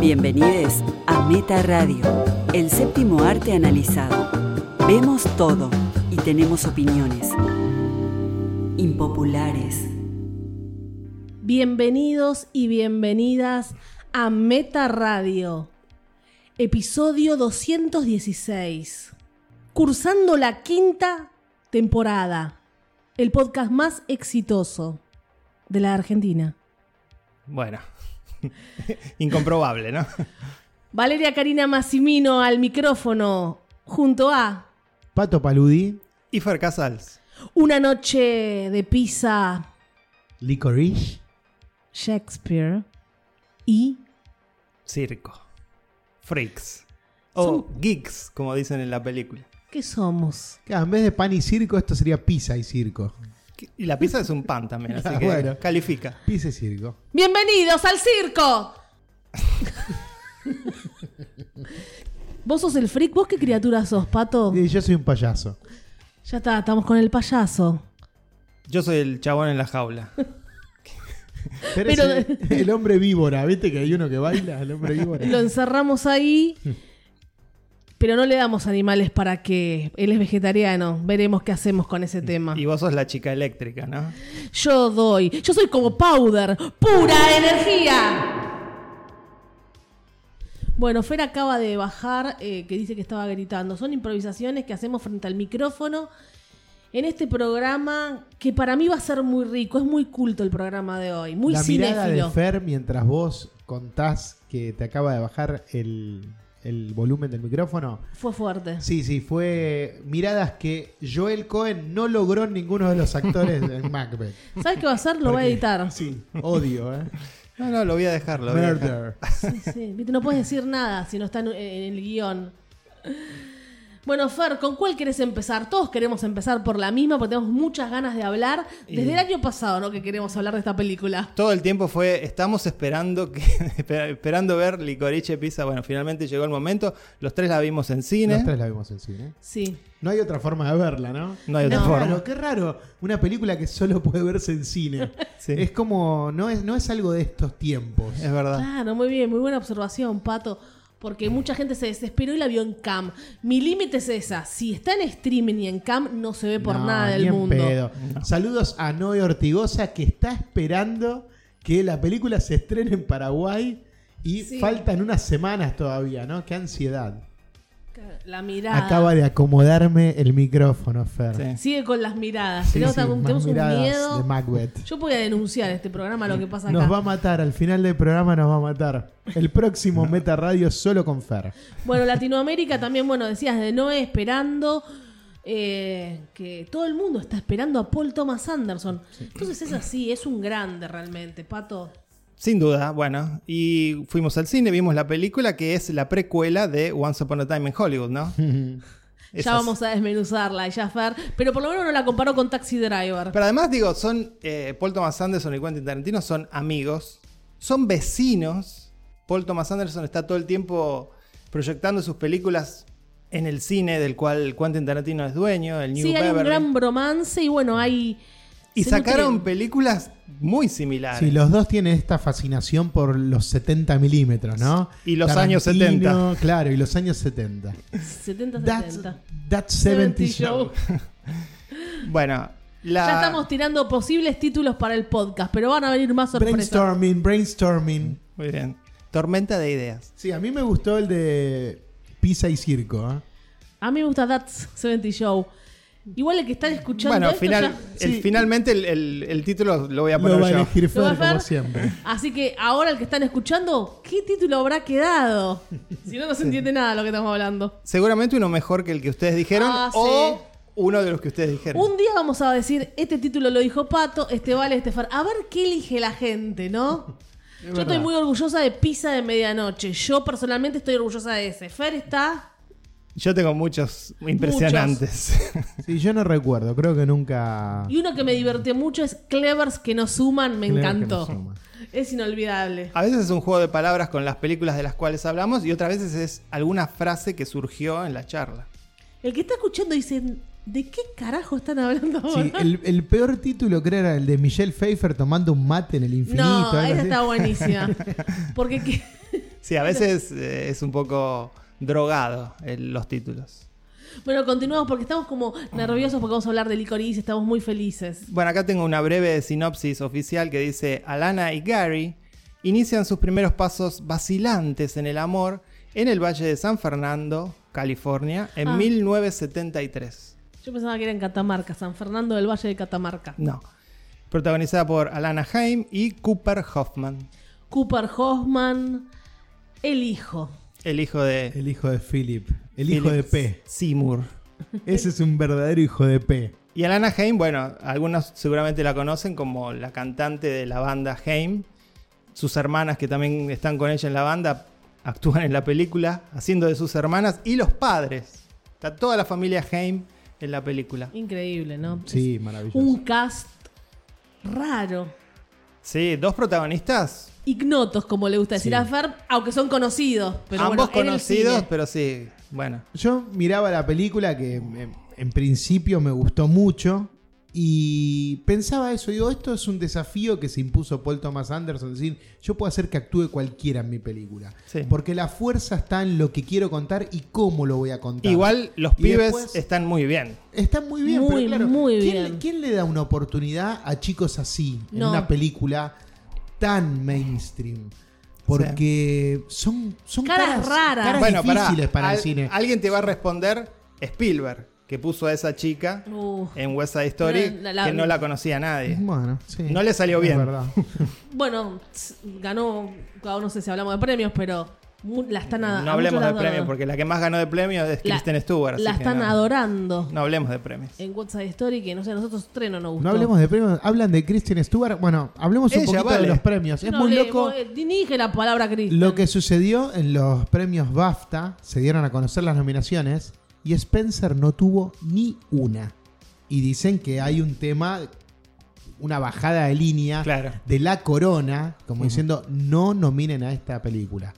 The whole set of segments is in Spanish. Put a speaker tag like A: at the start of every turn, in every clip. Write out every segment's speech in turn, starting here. A: Bienvenidos a Meta Radio, el séptimo arte analizado. Vemos todo y tenemos opiniones impopulares.
B: Bienvenidos y bienvenidas a Meta Radio, episodio 216, cursando la quinta temporada, el podcast más exitoso de la Argentina.
C: Bueno, incomprobable, ¿no?
B: Valeria Karina Massimino al micrófono, junto a
D: Pato Paludi,
C: Y Fer Casals.
B: Una noche de pizza
D: Licorice,
B: Shakespeare y
C: Circo. Freaks. O geeks, como dicen en la película.
B: ¿qué somos?
D: Claro, en vez de pan y circo, esto sería pizza y circo.
C: Y la pizza es un pan también, así
D: Ah,
C: que
D: bueno.
C: califica.
D: Pizza y circo.
B: Bienvenidos al circo. Vos sos el freak, vos qué criatura sos, pato.
D: Y yo soy un payaso.
B: Ya está, estamos con el payaso.
C: Yo soy el chabón en la jaula.
D: Pero,
B: Pero-
D: es el, el hombre víbora, ¿viste que hay uno que baila? El hombre víbora.
B: Lo encerramos ahí, pero no le damos animales para que él es vegetariano. Veremos qué hacemos con ese tema.
C: Y vos sos la chica eléctrica, ¿no?
B: Yo doy, yo soy como powder, pura energía. Bueno, Fer acaba de bajar, eh, que dice que estaba gritando. Son improvisaciones que hacemos frente al micrófono en este programa que para mí va a ser muy rico, es muy culto el programa de hoy, muy
D: la mirada de
B: cinéfilo.
D: Fer mientras vos contás que te acaba de bajar el, el volumen del micrófono.
B: Fue fuerte.
D: Sí, sí, fue miradas que Joel Cohen no logró en ninguno de los actores en Macbeth.
B: ¿Sabes qué va a hacer? Lo va a
D: Porque-
B: editar.
D: Sí, odio, ¿eh?
C: No, no, lo voy a dejar, lo voy a dejar.
D: Murder.
B: Sí, sí. Viste, No puedes decir nada si no está en, en el guión. Bueno, Fer, ¿con cuál querés empezar? Todos queremos empezar por la misma porque tenemos muchas ganas de hablar. Desde
C: Y-
B: el año pasado, ¿no? Que queremos hablar de esta película.
C: Todo el tiempo fue, estamos esperando que, espera- esperando ver Licorice Pizza. Bueno, finalmente llegó el momento. Los tres la vimos en cine.
D: Los tres la vimos en cine.
B: Sí.
D: No hay otra forma de verla, ¿no?
C: No hay otra
D: Qué
C: forma.
D: raro, qué raro. Una película que solo puede verse en cine.
C: Sí.
D: Es como, no es, no es algo de estos tiempos.
C: Es verdad.
B: Claro, muy bien, muy buena observación, Pato. Porque mucha gente se desesperó y la vio en cam. Mi límite es esa. Si está en streaming y en cam, no se ve por
D: No,
B: nada del
D: ni en
B: mundo.
D: pedo. Saludos a Noé Ortigosa que está esperando que la película se estrene en Paraguay y
B: Sí.
D: faltan unas semanas todavía, ¿no? Qué ansiedad.
B: La mirada.
D: Acaba de acomodarme el micrófono, Fer.
C: Sí.
B: Sigue con las miradas.
D: Sí,
B: tenemos
D: sí,
B: algún-
D: más
B: tenemos un
D: miradas
B: miedo.
D: de Macbeth.
B: Yo voy a denunciar este programa, lo que pasa acá.
D: Nos va a matar, al final del programa nos va a matar. El próximo Meta Radio solo con Fer.
B: Bueno, Latinoamérica también, bueno, decías de Noé esperando. eh, que todo el mundo está esperando a Paul Thomas Anderson. Entonces es así, es un grande realmente, Pato.
C: Sin duda, bueno. Y fuimos al cine, vimos la película que es la precuela de Once Upon a Time in Hollywood, ¿no? Esas-
B: Ya vamos a desmenuzarla, ya Fer. Pero por lo menos no la comparó con Taxi Driver.
C: Pero además, digo, son. eh, Paul Thomas Anderson y Quentin Tarantino son amigos, son vecinos. Paul Thomas Anderson está todo el tiempo proyectando sus películas en el cine del cual Quentin Tarantino es dueño, el New
B: sí, hay un
C: Beverly.
B: gran bromance y bueno, hay.
C: Y
B: se
C: sacaron
B: nutren.
C: películas muy similares.
D: Sí, los dos tienen esta fascinación por los 70 milímetros, ¿no?
C: Y los años 70.
D: Claro, y los años 70.
B: 70,
D: That's,
B: 70.
D: that 70
B: Show.
D: show.
C: Bueno, la.
B: Ya estamos tirando posibles títulos para el podcast, pero van a venir más sorpresas.
D: Brainstorming, brainstorming.
C: Muy bien. Tormenta de ideas.
D: Sí, a mí me gustó el de Pizza y Circo. ¿eh?
B: A mí me gusta That's 70 Show. Igual el que están escuchando
C: Bueno,
B: esto
C: final,
B: ya-
C: el-
D: Sí.
C: finalmente el, el- el título lo voy a poner
D: Lo va a
C: yo.
D: elegir
B: Lo va a
D: Fer, como
B: hacer.
D: siempre.
B: Así que ahora el que están escuchando, ¿qué título habrá quedado? Si no, no se entiende nada de lo que estamos hablando.
C: Seguramente uno mejor que el que ustedes dijeron
B: Ah, sí.
C: o uno de los que ustedes dijeron.
B: Un día vamos a decir, este título lo dijo Pato, este vale, este Fer. A ver qué elige la gente, ¿no? Yo estoy
D: verdad.
B: muy orgullosa de Pizza de Medianoche. Yo personalmente estoy orgullosa de ese. Fer está...
C: Yo tengo muchos impresionantes.
D: Sí, yo no recuerdo, creo que nunca.
B: Y uno que me divirtió mucho es Clevers que no suman, me
D: Clever que
B: encantó.
D: no suma.
B: Es inolvidable.
C: A veces es un juego de palabras con las películas de las cuales hablamos y otras veces es alguna frase que surgió en la charla.
B: El que está escuchando dice, ¿de qué carajo están hablando ahora?
D: Sí, el, el peor título creo era el de Michelle Pfeiffer tomando un mate en el infinito.
B: No,
D: algo
B: esa
D: así.
B: está buenísima. Porque que-
C: Sí, a veces eh, es un poco drogado eh, los títulos.
B: Bueno, continuamos porque estamos como nerviosos porque vamos a hablar de licorice, estamos muy felices.
C: Bueno, acá tengo una breve sinopsis oficial que dice, Alana y Gary inician sus primeros pasos vacilantes en el amor en el Valle de San Fernando, California, en
B: Ah.
C: 1973.
B: Yo pensaba que era en Catamarca, San Fernando del Valle de Catamarca.
C: No. Protagonizada por Alana Haim y Cooper Hoffman,
B: Cooper Hoffman, el hijo.
C: el hijo de...
D: El hijo de Philip. El hijo de
C: Philip
D: P.
C: Seymour.
D: Ese es un verdadero hijo de P.
C: Y Alana Haim, bueno, algunos seguramente la conocen como la cantante de la banda Haim. Sus hermanas que también están con ella en la banda actúan en la película, haciendo de sus hermanas y los padres. Está toda la familia Haim en la película.
B: Increíble, ¿no?
D: Sí,
B: Es
D: maravilloso.
B: Un cast raro.
C: Sí, dos protagonistas,
B: Ignotos, como le gusta decir
D: Sí.
B: a Fer, aunque son conocidos. Pero
C: ambos
B: bueno, en el cine.
C: conocidos, pero sí, bueno.
D: Yo miraba la película que en, en principio me gustó mucho y pensaba eso. Digo, esto es un desafío que se impuso Paul Thomas Anderson. Es decir, yo puedo hacer que actúe cualquiera en mi película.
C: Sí.
D: Porque la fuerza está en lo que quiero contar y cómo lo voy a contar.
C: Igual los
D: Y
C: pibes
D: después-
C: están muy bien.
D: Está muy bien,
B: Muy,
D: pero claro,
B: muy
D: ¿quién,
B: bien.
D: le- quién le da una oportunidad a chicos así en
B: No.
D: una película tan mainstream? Porque son, son
B: Caras raras. Caras
D: caras
C: pará,
D: difíciles para el
C: al-
D: cine.
C: Alguien te va a responder Spielberg, que puso a esa chica
B: Uf.
C: en West Side Story,
B: No, la- la-
C: que no la conocía nadie.
D: Bueno, sí.
C: No le salió
D: Es
C: bien.
D: verdad.
B: Bueno, tss, ganó, claro, no sé si hablamos de premios, pero mu- la están a-
C: No
B: a
C: hablemos
B: muchos
C: de
B: la-
C: premios, porque la que más ganó de premios es
B: la-
C: Kristen Stewart. así
B: La
C: que
B: están
C: no,
B: adorando
C: No hablemos de premios.
B: en WhatsApp Story, que no sé, a nosotros tres no nos gustó.
D: No hablemos de premios. Hablan de Kristen Stewart. Bueno, hablemos un
C: Ella,
D: poquito
C: vale.
D: de los premios. Es
B: No
D: muy
B: hablé,
D: loco
B: vos, eh, Ni dije la palabra Cristo.
D: lo que sucedió en los premios BAFTA. Se dieron a conocer las nominaciones y Spencer no tuvo ni una. Y dicen que hay un tema, una bajada de
B: Ah.
D: línea
C: Claro.
D: de la corona, como diciendo no nominen a esta película.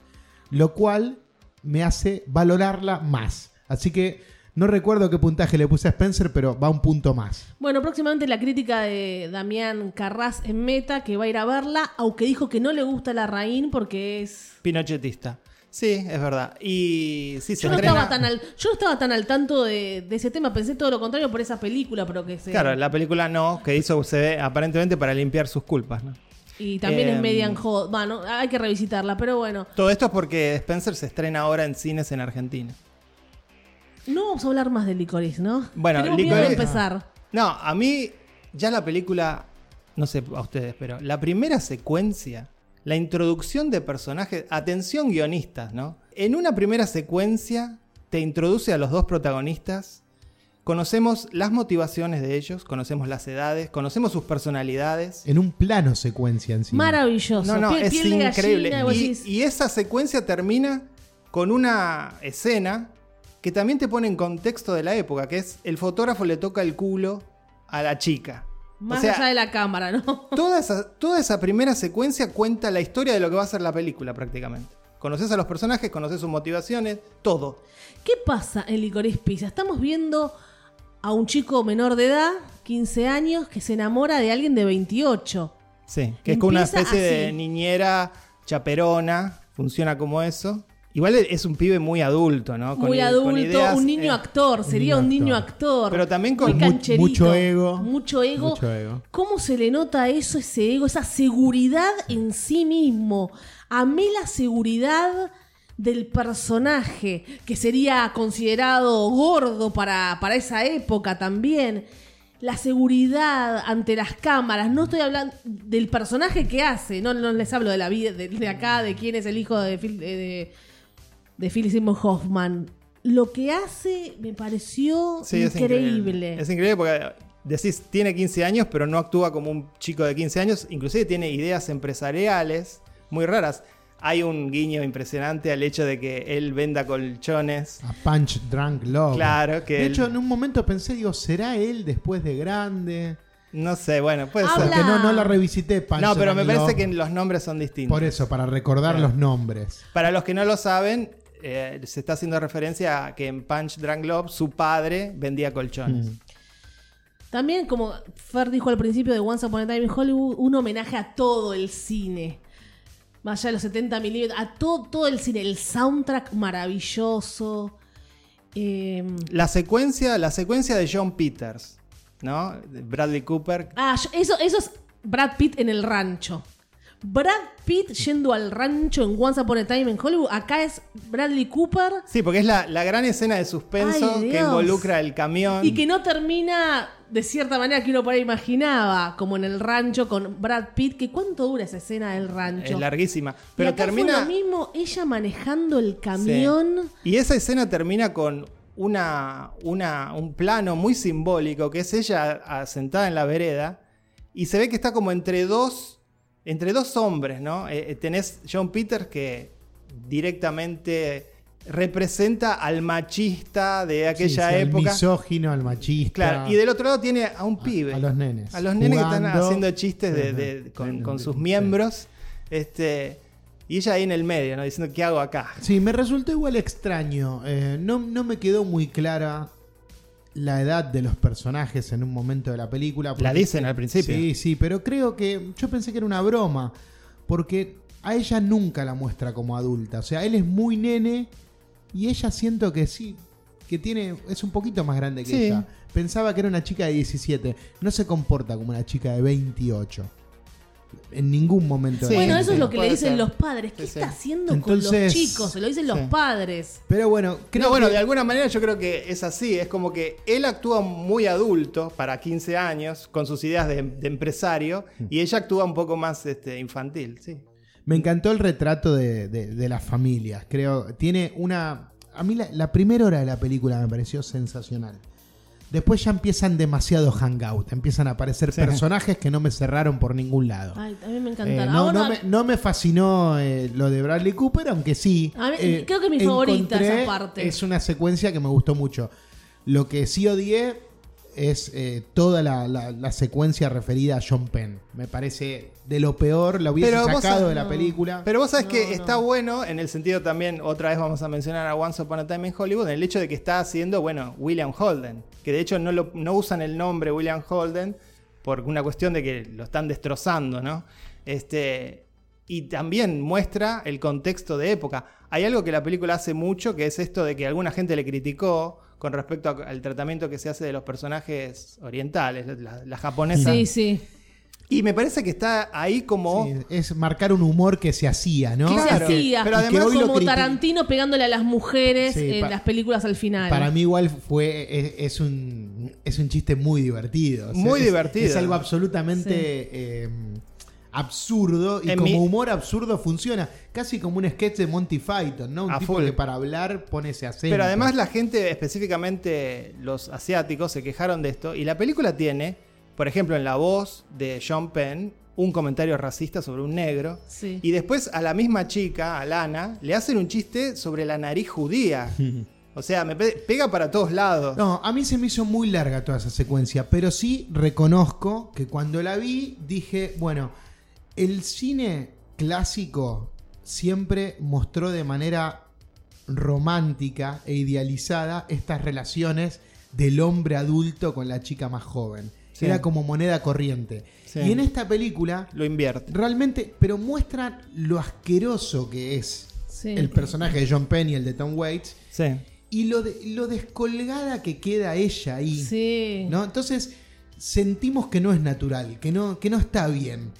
D: Lo cual me hace valorarla más. Así que no recuerdo qué puntaje le puse a Spencer, pero va un punto más.
B: Bueno, próximamente la crítica de Damián Carras en Meta, que va a ir a verla, aunque dijo que no le gusta la Raín porque es...
C: Pinochetista. Sí, es verdad. Y sí, se
B: Yo no,
C: estrena-
B: estaba tan al, yo no estaba tan al tanto de, de ese tema, pensé todo lo contrario por esa película, pero que se...
C: Claro, la película no, que hizo se ve aparentemente para limpiar sus culpas. ¿no?
B: y también es
C: em,
B: media enjod... Bueno, hay que revisitarla, pero bueno.
C: Todo esto es porque Spencer se estrena ahora en cines en Argentina.
B: No vamos a hablar más de Licorice, ¿no?
C: Bueno,
B: Tenemos miedo de
C: Licorice-
B: empezar.
C: No, a mí ya la película, no sé a ustedes, pero la primera secuencia, la introducción de personajes, atención guionistas, ¿no? En una primera secuencia te introduce a los dos protagonistas, conocemos las motivaciones de ellos, conocemos las edades, conocemos sus personalidades.
D: En un plano secuencia encima.
B: Maravilloso.
C: No, no,
B: Pie-
C: es
B: piel de gallina,
C: increíble.
B: vos
C: Y,
B: decís,
C: y esa secuencia termina con una escena que también te pone en contexto de la época, que es el fotógrafo le toca el culo a la chica.
B: más
C: o sea,
B: allá de la cámara, ¿no?
C: toda, esa, toda esa primera secuencia cuenta la historia de lo que va a ser la película prácticamente. Conoces a los personajes, conoces sus motivaciones, todo.
B: ¿Qué pasa en Licorice Pizza? Estamos viendo a un chico menor de edad, 15 años, que se enamora de alguien de 28.
C: Sí, que es como una
B: Empieza
C: especie de
B: así.
C: niñera chaperona, funciona como eso. Igual es un pibe muy adulto, ¿no? Con
B: Muy
C: i- con
B: adulto,
C: ideas,
B: un niño
C: eh,
B: actor, sería
D: niño
B: un niño
D: actor.
B: actor.
C: Pero también
B: Muy
C: con
D: Mu-
B: cancherito,
D: mucho ego.
B: Mucho ego.
D: Mucho ego.
B: ¿Cómo se le nota eso, ese ego, esa seguridad en sí mismo? Amé la seguridad del personaje, que sería considerado gordo para, para esa época también. La seguridad ante las cámaras. No estoy hablando del personaje que hace. No, no les hablo de la vida, de, de acá, de quién es el hijo de, Phil- eh, de, de Philip Seymour Hoffman. Lo que hace me pareció
C: Sí, es
B: increíble.
C: Es increíble porque decís, tiene 15 años, pero no actúa como un chico de 15 años. Inclusive tiene ideas empresariales muy raras. Hay un guiño impresionante al hecho de que él venda colchones.
D: A Punch Drunk Love.
C: Claro, que
D: De
C: él-
D: hecho, en un momento pensé, digo, ¿será él después de grande?
C: No sé, bueno, puede
B: Habla-
D: Porque no, no la revisité, Punch
C: ser. No, pero me
D: Drunk
C: parece
D: Love.
C: que los nombres son distintos.
D: Por eso, para recordar
C: Claro.
D: los nombres.
C: Para los que no lo saben, eh, se está haciendo referencia a que en Punch Drunk Love su padre vendía colchones.
B: También, como Fer dijo al principio de Once Upon a Time in Hollywood, un homenaje a todo el cine. más allá de los 70 milímetros, a todo, todo el cine, el soundtrack maravilloso. Eh,
C: La secuencia, la secuencia de John Peters, ¿no? De Bradley Cooper.
B: ah, yo- eso, eso es Brad Pitt en el rancho. Brad Pitt yendo al rancho en Once Upon a Time en Hollywood. Acá es Bradley Cooper
C: Sí, porque es la, la gran escena de suspenso
B: Ay,
C: que
B: Dios.
C: involucra el camión.
B: y que no termina de cierta manera que uno por ahí imaginaba, como en el rancho con Brad Pitt. Que ¿Cuánto dura esa escena del rancho?
C: es larguísima.
B: Y
C: Pero
B: acá fue
C: termina.
B: lo mismo, ella manejando el camión.
C: Sí. Y esa escena termina con una, una- un plano muy simbólico, que es ella ah, sentada en la vereda, y se ve que está como entre dos, entre dos hombres, ¿no? Eh, eh, tenés John Peters que directamente representa al machista de aquella
D: Sí, sí, Al
C: época.
D: misógino, al machista.
C: Claro, y del otro lado tiene a un
D: a-
C: pibe.
D: A los nenes.
C: A los nenes que están
D: Jugando.
C: haciendo chistes de- de-
D: Ajá.
C: con,
D: Claro,
C: con sus
D: sí.
C: miembros. Este, y ella ahí en el medio, ¿no? Diciendo, ¿qué hago acá?
D: Sí, me resultó igual extraño. Eh, no, no me quedó muy clara la edad de los personajes en un momento de la película.
C: La
D: porque-
C: dicen al principio.
D: Sí, sí, pero creo que yo pensé que era una broma, porque a ella nunca la muestra como adulta, o sea, él es muy nene y ella siento que sí, que tiene es un poquito más grande que
C: Sí.
D: ella. Pensaba que era una chica de 17, no se comporta como una chica de 28. En ningún momento.
C: Sí,
D: de la
B: bueno, eso
C: sí,
B: es
D: película.
B: lo que le
C: puede
B: dicen
C: ser.
B: los padres. ¿Qué
C: Sí, sí.
B: está haciendo con los
D: Entonces-
B: chicos? Se lo dicen
C: Sí.
B: los padres.
D: Pero bueno, creo
C: no, bueno,
D: que-
C: de alguna manera yo creo que es así. Es como que él actúa muy adulto para 15 años con sus ideas de, de empresario
D: Mm.
C: y ella actúa un poco más este, infantil, sí.
D: Me encantó el retrato de, de- de las familias. Creo, tiene una. A mí la, la primera hora de la película me pareció sensacional. Después ya empiezan demasiado hangout. Empiezan a aparecer
C: Sí.
D: personajes que no me cerraron por ningún lado.
B: Ay, a mí me
D: Eh,
B: encantaron.
D: no,
B: Ahora,
D: no me, no me fascinó eh, lo de Bradley Cooper, aunque sí.
B: A mí-
D: eh,
B: creo que mi favorita
D: encontré-
B: esa parte.
D: Es una secuencia que me gustó mucho. Lo que sí odié es eh, toda la, la- la secuencia referida a John Penn. Me parece de lo peor, la hubiese
C: Pero vos
D: sacado
C: sabés-
D: de la
B: no.
D: película.
C: Pero vos sabés
B: No,
C: que
B: no.
C: está bueno, en el sentido también, otra vez vamos a mencionar a Once Upon a Time en Hollywood, en el hecho de que está haciendo, bueno, William Holden, que de hecho no, lo- no usan el nombre William Holden por una cuestión de que lo están destrozando, ¿no? Este, y también muestra el contexto de época. Hay algo que la película hace mucho, que es esto de que alguna gente le criticó con respecto a- al tratamiento que se hace de los personajes orientales, la, la japonesa.
B: Sí, sí.
C: Y me parece que está ahí como...
D: Sí, es marcar un humor que se hacía, ¿no?
B: ¿Qué se
C: Claro.
B: hacía?
C: Pero además
D: hoy lo
B: como
D: criti-
B: Tarantino pegándole a las mujeres
D: Sí,
B: en
D: pa-
B: las películas al final.
D: Para mí igual fue es, es un es un chiste muy divertido.
C: Muy
D: es-
C: divertido.
D: Es algo absolutamente
B: Sí.
D: eh, absurdo y
C: En
D: como
C: mi-
D: humor absurdo funciona, casi como un sketch de Monty Python, ¿no? Un
C: A
D: tipo
C: full.
D: que para hablar pone ese acento.
C: Pero además la gente, específicamente los asiáticos, se quejaron de esto. Y la película tiene, por ejemplo, en la voz de Sean Penn, un comentario racista sobre un negro.
B: Sí.
C: Y después a la misma chica, a Lana, le hacen un chiste sobre la nariz judía. O sea, me pe- pega para todos lados.
D: No, a mí se me hizo muy larga toda esa secuencia, pero sí reconozco que cuando la vi dije, bueno, el cine clásico siempre mostró de manera romántica e idealizada estas relaciones del hombre adulto con la chica más joven.
C: Sí.
D: Era como moneda corriente.
C: Sí.
D: Y en esta película
C: Lo invierte.
D: realmente, pero muestra lo asqueroso que es
B: Sí.
D: el personaje de John Penn y el de Tom Waits.
C: Sí.
D: Y lo, de- lo descolgada que queda ella ahí.
B: Sí.
D: ¿no? Entonces sentimos que no es natural, que no, que no está bien.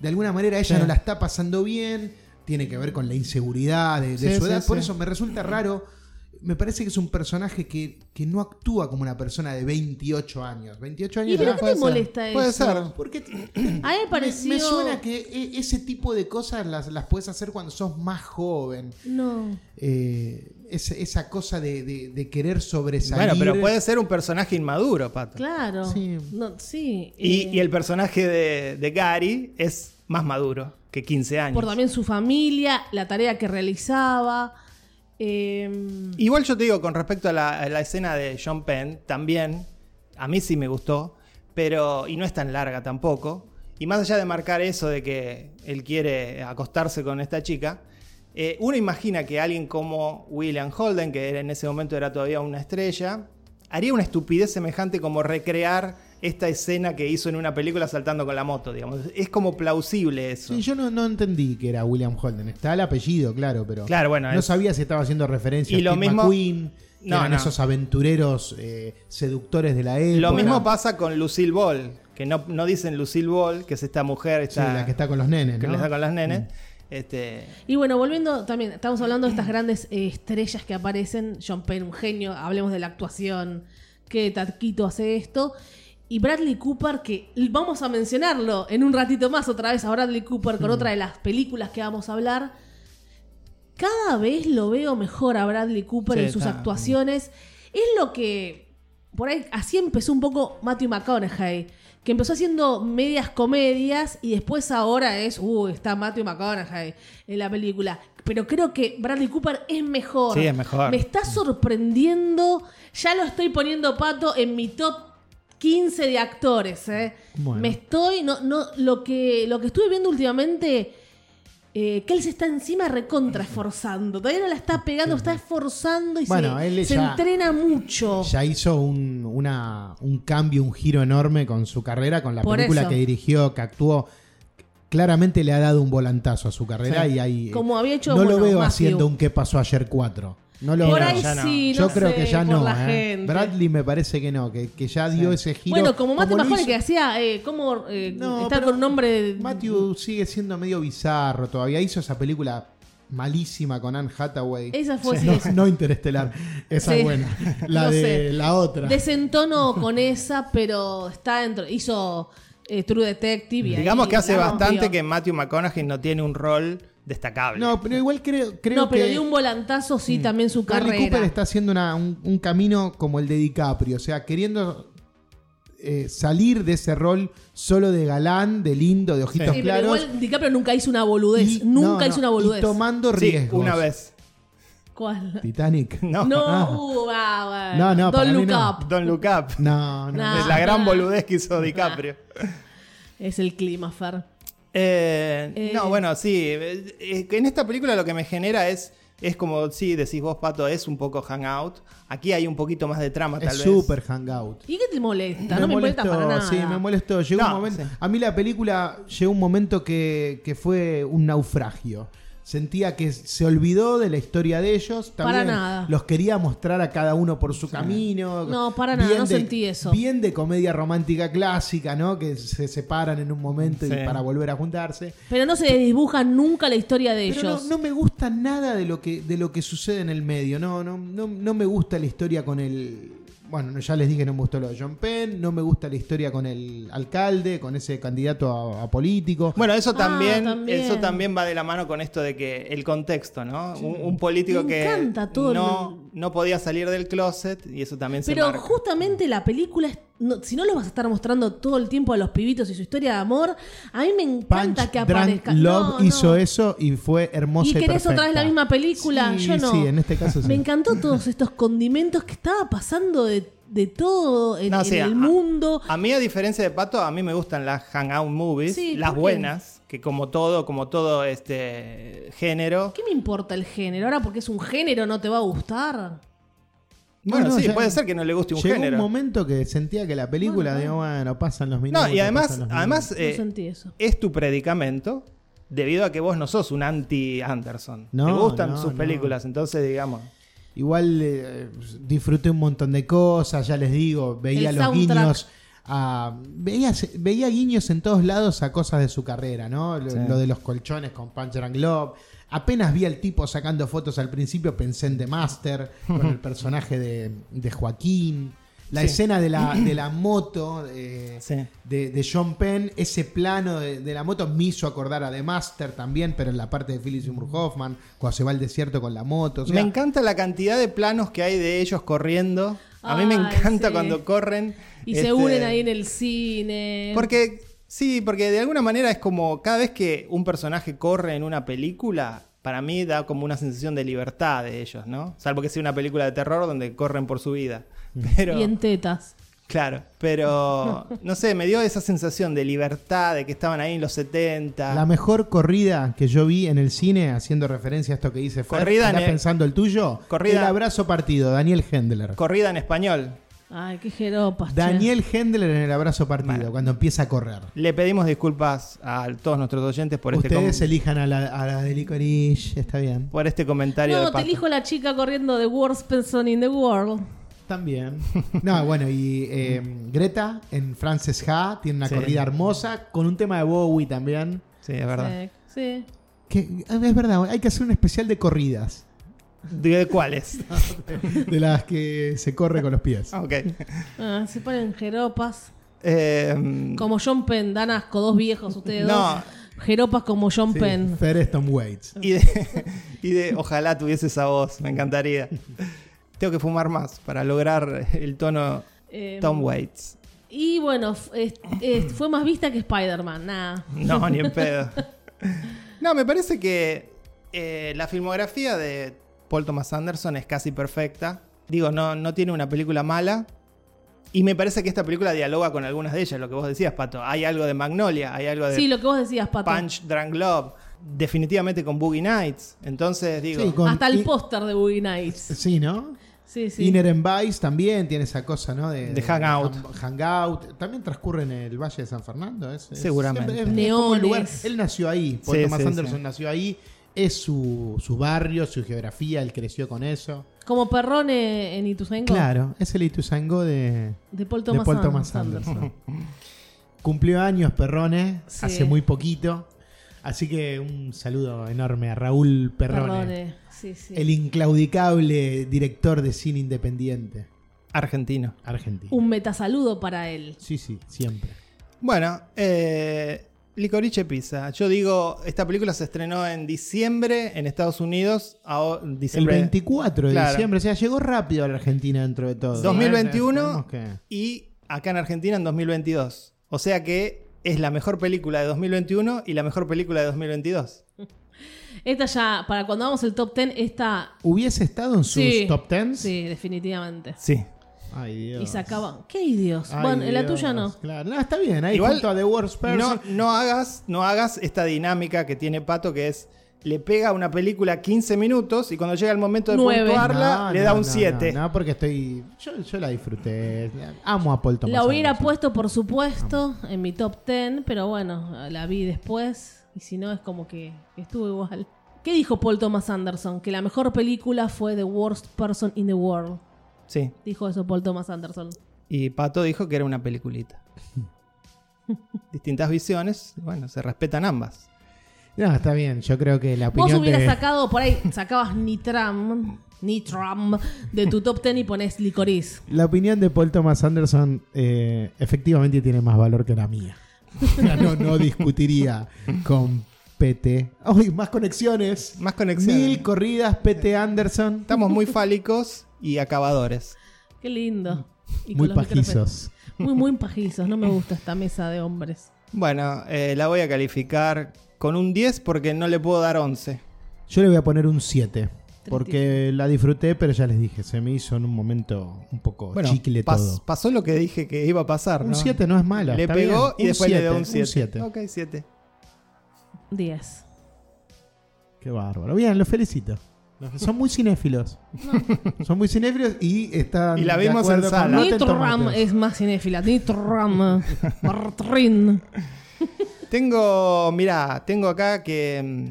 D: De alguna manera ella
C: Sí.
D: no la está pasando bien, tiene que ver con la inseguridad de, de
C: Sí,
D: su
C: sí,
D: edad, por
C: sí.
D: eso me resulta raro. Me parece que es un personaje que, que no actúa como una persona de 28 años. 28 años
B: ¿Y pero
D: ya
B: qué
D: puede
B: te
D: ser.
B: molesta
C: Puede
B: eso?
C: ser.
D: Porque me-
B: A mí me pareció.
D: me, suena que e- ese tipo de cosas las, las puedes hacer cuando sos más joven.
B: No.
D: Eh, esa, esa cosa de, de- de querer sobresalir.
C: Bueno, pero puede ser un personaje inmaduro, Pato.
B: Claro.
D: Sí.
B: No, sí.
C: Y,
B: eh,
C: y el personaje de, de Gary es más maduro que 15 años.
B: eh, Por también su familia, la tarea que realizaba. eh,
C: Igual yo te digo, con respecto a la, a la escena de John Penn, también, a mí sí me gustó, pero, y no es tan larga tampoco, y más allá de marcar eso de que él quiere acostarse con esta chica, eh, uno imagina que alguien como William Holden, que era- en ese momento era todavía una estrella, haría una estupidez semejante como recrear esta escena que hizo en una película saltando con la moto, digamos. Es como plausible eso.
D: Sí, yo no, no entendí que era William Holden. Está el apellido, claro, pero
C: Claro, bueno,
D: no
C: es-
D: sabía si estaba haciendo referencia
C: Y
D: a
C: lo
D: Steve
C: mismo-
D: McQueen, que
C: No,
D: eran
C: no.
D: esos aventureros eh, seductores de la época.
C: Lo mismo
D: Sí,
C: pasa con Lucille Ball, que no, no dicen Lucille Ball, que es esta mujer esta,
D: la que está con los nenes,
C: que
D: ¿no? Mm.
C: les da con las nenes. Este,
B: Y bueno, volviendo también, estamos hablando de estas grandes eh, estrellas que aparecen. John Penn, un genio, hablemos de la actuación, que Taquito hace esto. Y Bradley Cooper, que l- vamos a mencionarlo en un ratito más otra vez a Bradley Cooper con otra de las películas que vamos a hablar. Cada vez lo veo mejor a Bradley Cooper
C: Sí,
B: en sus
C: está-
B: actuaciones. Es lo que. Por ahí, así empezó un poco Matthew McConaughey. Que empezó haciendo medias comedias y después ahora es. Uh, está Matthew McConaughey en la película. Pero creo que Bradley Cooper es mejor.
C: Sí, es mejor.
B: Me está sorprendiendo. Ya lo estoy poniendo pato en mi top 15 de actores. ¿eh?
D: Bueno.
B: Me estoy. No, no, lo, que, lo que estuve viendo últimamente. Eh, que él se está encima recontra esforzando. Todavía no la está pegando, está esforzando y
D: Bueno,
B: se,
D: él
B: se
D: ya-
B: entrena mucho.
D: Ya hizo un, una- un cambio, un giro enorme con su carrera, con la
B: Por
D: película
B: eso.
D: que dirigió, que actuó. Claramente le ha dado un volantazo a su carrera y ahí. eh,
B: Como había hecho,
D: no lo
B: bueno,
D: veo
B: Matthew.
D: haciendo un qué pasó ayer 4. No lo
B: Por
D: veo.
B: ahí
C: ya no.
B: sí, no
D: Yo creo
B: sé,
D: que ya
B: por
D: no.
B: la
D: ¿eh?
B: gente.
D: Bradley me parece que no, que, que ya dio ese giro.
B: bueno, como Matthew
D: lo
B: Mahoney
D: hizo-
B: que hacía, eh, como eh,
D: No,
B: estar
D: pero
B: con un hombre.
D: Matthew sigue siendo medio bizarro todavía. Hizo esa película malísima con Anne Hathaway.
B: Esa fue, sí,
D: no,
B: esa.
D: no interestelar. Esa
B: Sí.
D: es buena. La
B: No
D: de
B: sé.
D: la otra.
B: Desentono con esa, pero está dentro. Hizo eh, True Detective. y ahí
C: digamos que hace
B: la
C: bastante
B: rompió.
C: que Matthew McConaughey no tiene un rol destacable.
D: No, pero igual creo, creo
B: No, pero
D: que Mm.
B: dio un volantazo, sí, también su
D: Bradley
B: carrera.
D: Cooper está haciendo una- un, un camino como el de DiCaprio. O sea, queriendo eh, salir de ese rol solo de galán, de lindo, de ojitos
B: Sí, pero
D: claros.
B: igual DiCaprio nunca hizo una boludez.
D: y-
B: nunca
D: no, no,
B: hizo una
D: y
B: boludez.
D: tomando
C: sí,
D: riesgos.
C: una vez.
B: ¿Cuál?
D: Titanic.
C: No,
B: No,
D: Ah.
B: uh, ah, bueno.
D: No, no, para
B: Don't
D: mí
B: Look
D: no.
B: Up.
C: Don't Look Up.
D: No, no.
B: Nah.
C: Es la gran boludez que
B: Ah.
C: hizo DiCaprio.
B: Es el clima, Fer.
C: Eh,
B: Eh.
C: No, bueno, sí. eh, eh, En esta película lo que me genera es. Es como, sí, decís vos, Pato, es un poco hangout. Aquí hay un poquito más de trama, tal vez.
D: Es súper hangout.
B: ¿Y qué te molesta? no me molesta para nada.
D: Sí, me molestó. Llegó
C: No,
D: un momento,
C: sí.
D: A mí la película llegó un momento que, que fue un naufragio. Sentía que se olvidó de la historia de ellos. También
B: Para nada.
D: Los quería mostrar a cada uno por su camino.
B: No, para nada, no sentí eso.
D: Bien de comedia romántica clásica, ¿no? Que se separan en un momento y
C: Sí.
D: para volver a juntarse.
B: Pero no se desdibuja nunca la historia de
D: Pero no,
B: ellos.
D: no me gusta nada de lo que de lo que sucede en el medio. No, no, no, no me gusta la historia con el. Bueno, no, ya les dije, no me gustó lo de John Penn. No me gusta la historia con el alcalde, con ese candidato a, a político.
C: Bueno, eso también,
B: Ah, también.
C: eso también va de la mano con esto de que el contexto, ¿no? Un, un
B: Me
C: político que
B: encanta todo
C: no, no podía salir del closet y eso también se
B: Pero
C: marca.
B: justamente la película, es- no- si no lo vas a estar mostrando todo el tiempo a los pibitos y su historia de amor, a mí me encanta
D: Punch
B: que
D: Drunk
B: aparezca.
D: Love
B: No, no.
D: hizo eso y fue hermosa.
B: ¿Y
D: que
B: querés otra vez la misma película? Yo no.
D: Sí, en este caso sí.
B: Me encantó todos estos condimentos que estaba pasando de, de todo en,
C: No,
B: en
C: sí, a-
B: el mundo.
C: A mí, a diferencia de Pato, a mí me gustan las hangout movies,
B: Sí,
C: las
B: ¿por qué?
C: buenas, que como todo, como todo este género.
B: ¿Qué me importa el género? Ahora porque es un género no te va a gustar.
C: Bueno,
D: No, no,
C: sí,
D: ya-
C: puede ser que no le guste un
D: Llegó
C: género.
D: un momento que sentía que la película,
B: Bueno,
D: digo, bueno, pasan los minutos.
C: no, y además,
D: pasan los
C: además
B: No
C: eh,
B: sentí eso.
C: es tu predicamento debido a que vos no sos un anti-Anderson.
D: No,
C: Te gustan
D: no,
C: sus
D: no.
C: películas, entonces digamos.
D: Igual eh, disfruté un montón de cosas, ya les digo, veía
B: El
D: los
B: soundtrack.
D: guiños. A, veía, veía guiños en todos lados a cosas de su carrera, ¿no? Lo,
C: Sí.
D: lo de los colchones con Puncher and Glove. Apenas vi al tipo sacando fotos al principio, pensé en The Master, con el personaje de, de Joaquín. La
C: Sí.
D: escena de la, de la moto eh,
C: Sí.
D: de, de John Penn, ese plano de, de la moto me hizo acordar a The Master también, pero en la parte de Philip Seymour Hoffman, cuando se va al desierto con la moto. o sea,
C: me encanta la cantidad de planos que hay de ellos corriendo. A mí me
B: Ay,
C: encanta
B: sí.
C: cuando corren.
B: Y
C: este,
B: se unen ahí en el cine.
C: Porque, sí, porque de alguna manera es como cada vez que un personaje corre en una película, para mí da como una sensación de libertad de ellos, ¿no? Salvo que sea una película de terror donde corren por su vida.
D: Mm.
C: Pero,
B: Y en tetas.
C: claro, pero no sé, me dio esa sensación de libertad, de que estaban ahí en los 70.
D: La mejor corrida que yo vi en el cine, haciendo referencia a esto que dice Fer,
C: Corrida
D: ¿estás
C: en el-
D: pensando el tuyo?
C: Corrida-
D: El abrazo partido, Daniel Hendler.
C: Corrida en español.
B: Ay, qué jeropas. che.
D: Daniel Hendler en el abrazo partido,
C: Bueno.
D: cuando empieza a correr.
C: Le pedimos disculpas a todos nuestros oyentes por este,
D: Ustedes
C: com-
D: elijan a la, a la de Licorice, está bien.
C: por este comentario de
B: No, te
C: Pato.
B: elijo la chica corriendo The Worst Person in the World.
D: También. No, bueno, y eh, Greta en Frances Ha tiene una
C: Sí.
D: corrida hermosa con un tema de Bowie también.
C: Sí, es verdad.
B: Eh, sí.
D: Que, ah, es verdad, hay que hacer un especial de corridas,
C: ¿De cuáles?
D: de las que se corre con los pies.
C: ok.
B: Ah, se ponen jeropas.
C: Eh,
B: Como John Penn, dan asco, dos viejos ustedes
C: No.
B: dos. Jeropas como John
D: Sí,
B: Penn.
D: Fer Eston Waits.
C: y, de, y de ojalá tuviese esa voz, me encantaría. Tengo que fumar más para lograr el tono
B: Eh,
C: Tom Waits.
B: y bueno, f- es- es- fue más vista que Spider-Man, nada.
C: No, ni en pedo. No, me parece que eh, la filmografía de Paul Thomas Anderson es casi perfecta. Digo, no, no tiene una película mala. Y me parece que esta película dialoga con algunas de ellas, lo que vos decías, Pato. Hay algo de Magnolia, hay algo de
B: Sí, lo que vos decías, Pato.
C: Punch Drunk Love, definitivamente con Boogie Nights. Entonces, digo,
D: Sí, con-
B: Hasta el
D: y-
B: póster de Boogie Nights.
D: Sí, ¿no?
B: Sí, sí.
D: Inner and Vice también tiene esa cosa, ¿no? De,
C: De hangout.
D: hang- hangout. También transcurre en el Valle de San Fernando. Es, es-
C: Seguramente.
D: siempre es- es
B: Neones.
D: como el lugar. Él nació ahí. Paul
C: Sí,
D: Thomas
C: sí,
D: Anderson
C: sí.
D: nació ahí. Es su, su barrio, su geografía. Él creció con eso.
B: Como Perrón eh, en Ituzaingó.
D: Claro, es el Ituzaingó de,
B: De Paul
D: de
B: Thomas,
D: Paul Thomas
B: Anderson.
D: Anderson. Cumplió años, Perrone,
B: Sí.
D: hace muy poquito. Así que un saludo enorme a Raúl Perrone,
B: Perrone, sí, sí.
D: el inclaudicable director de cine independiente
C: argentino.
D: argentino.
B: Un metasaludo para él.
D: Sí, sí, siempre.
C: Bueno, eh, Licorice Pizza. Yo digo, esta película se estrenó en diciembre en Estados Unidos. aho-
D: El
C: diciembre
D: 24 de
C: Claro.
D: diciembre, o sea, llegó rápido a la Argentina dentro de todo.
C: 2021.
D: Tenemos que-
C: y acá en Argentina en 2022. O sea que es la mejor película de 2021 y la mejor película de 2022.
B: Esta ya, para cuando hagamos el top 10, esta.
D: ¿Hubiese estado en sus
B: Sí.
D: top 10?
B: Sí, definitivamente.
C: Sí.
D: Ay, Dios.
B: Y sacaban. ¿Qué idios?
D: Ay,
B: bueno, en la
D: Dios.
B: tuya no.
D: Claro. No, está bien. Ahí
C: Igual,
D: junto a The Worst Person.
C: No, no, hagas, no hagas esta dinámica que tiene Pato que es le pega a una película 15 minutos y cuando llega el momento de
B: Nueve.
C: puntuarla
D: No,
C: le
D: no,
C: da un
D: no,
C: 7.
D: No, no, porque estoy. Yo, yo la disfruté. Amo a Paul Thomas.
B: La hubiera
D: Anderson.
B: puesto, por supuesto, en mi top 10, pero bueno, la vi después. Y si no, es como que estuvo igual. ¿Qué dijo Paul Thomas Anderson? Que la mejor película fue The Worst Person in the World.
C: Sí.
B: Dijo eso Paul Thomas Anderson.
C: Y Pato dijo que era una peliculita. Distintas visiones, bueno, se respetan ambas.
D: No, está bien. Yo creo que la
B: Vos
D: opinión.
B: hubieras
D: de-
B: sacado, por ahí sacabas Nitram, Nitram de tu top 10 y pones licoriz.
D: La opinión de Paul Thomas Anderson eh, efectivamente tiene más valor que la mía. O sea, no, no discutiría con PT. ¡Uy! Más conexiones.
C: Más conexiones.
D: Mil corridas PT Anderson.
C: Estamos muy fálicos y acabadores.
B: Qué lindo. Y
D: Muy
B: con los
D: pajizos.
B: micrófonos. Muy, muy pajizos. No me gusta esta mesa de hombres.
C: Bueno, eh, la voy a calificar con un 10 porque no le puedo dar 11.
D: Yo le voy a poner un 7. Porque la disfruté, pero ya les dije, se me hizo en un momento un poco
C: Bueno,
D: chicle
C: pas-
D: todo.
C: pasó lo que dije que iba a pasar.
D: Un
C: ¿no?
D: 7 no es mala.
C: Le
D: está
C: pegó
D: bien.
C: y después le dio un
D: siete,
C: 7.
D: siete.
C: Ok, 7.
B: 10.
D: Qué bárbaro. Bien, los felicito. Son muy cinéfilos. Son muy cinéfilos y están.
C: Y la
D: de
C: vimos en
D: acuerdo con
C: sala.
D: Rotten
B: Nitram
D: Tomatoes.
B: es más cinéfila. Nitram. Bartrin.
C: Tengo, mira, tengo acá que mm,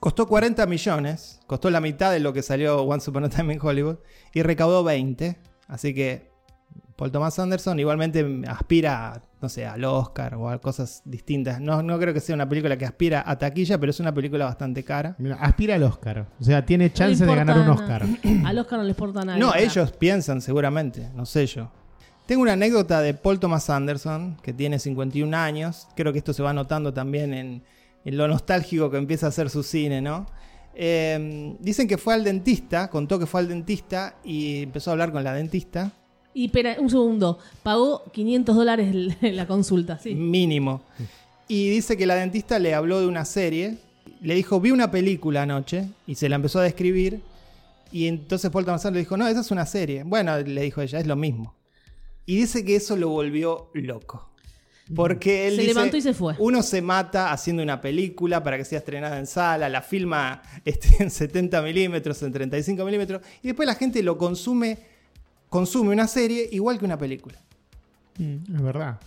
C: costó 40 millones, costó la mitad de lo que salió One Upon a Time in Hollywood y recaudó 20. Así que Paul Thomas Anderson igualmente mm, aspira, no sé, al Oscar o a cosas distintas. No, no creo que sea una película que aspira a taquilla, pero es una película bastante cara.
D: Mira, aspira al Oscar. O sea, tiene
B: No le
D: chance de
B: importa
D: ganar un
B: nada.
D: Oscar.
B: Al Oscar no le importa nada.
C: No, ellos piensan seguramente, no sé yo. Tengo una anécdota de Paul Thomas Anderson, que tiene 51 años. Creo que esto se va notando también en, en lo nostálgico que empieza a hacer su cine, ¿no? Eh, dicen que fue al dentista, contó que fue al dentista y empezó a hablar con la dentista.
B: Y espera, un segundo. Pagó 500 dólares el- la consulta,
C: Mm.
B: sí.
C: mínimo. Y dice que la dentista le habló de una serie, le dijo, vi una película anoche, y se la empezó a describir, y entonces Paul Thomas Anderson le dijo, no, esa es una serie. Bueno, le dijo ella, es lo mismo. Y dice que eso lo volvió loco. Porque él
B: Se
C: dice,
B: levantó y se fue.
C: Uno se mata haciendo una película para que sea estrenada en sala, la filma este, en 70 milímetros, en 35 milímetros, y después la gente lo consume consume una serie igual que una película.
D: Mm, es verdad.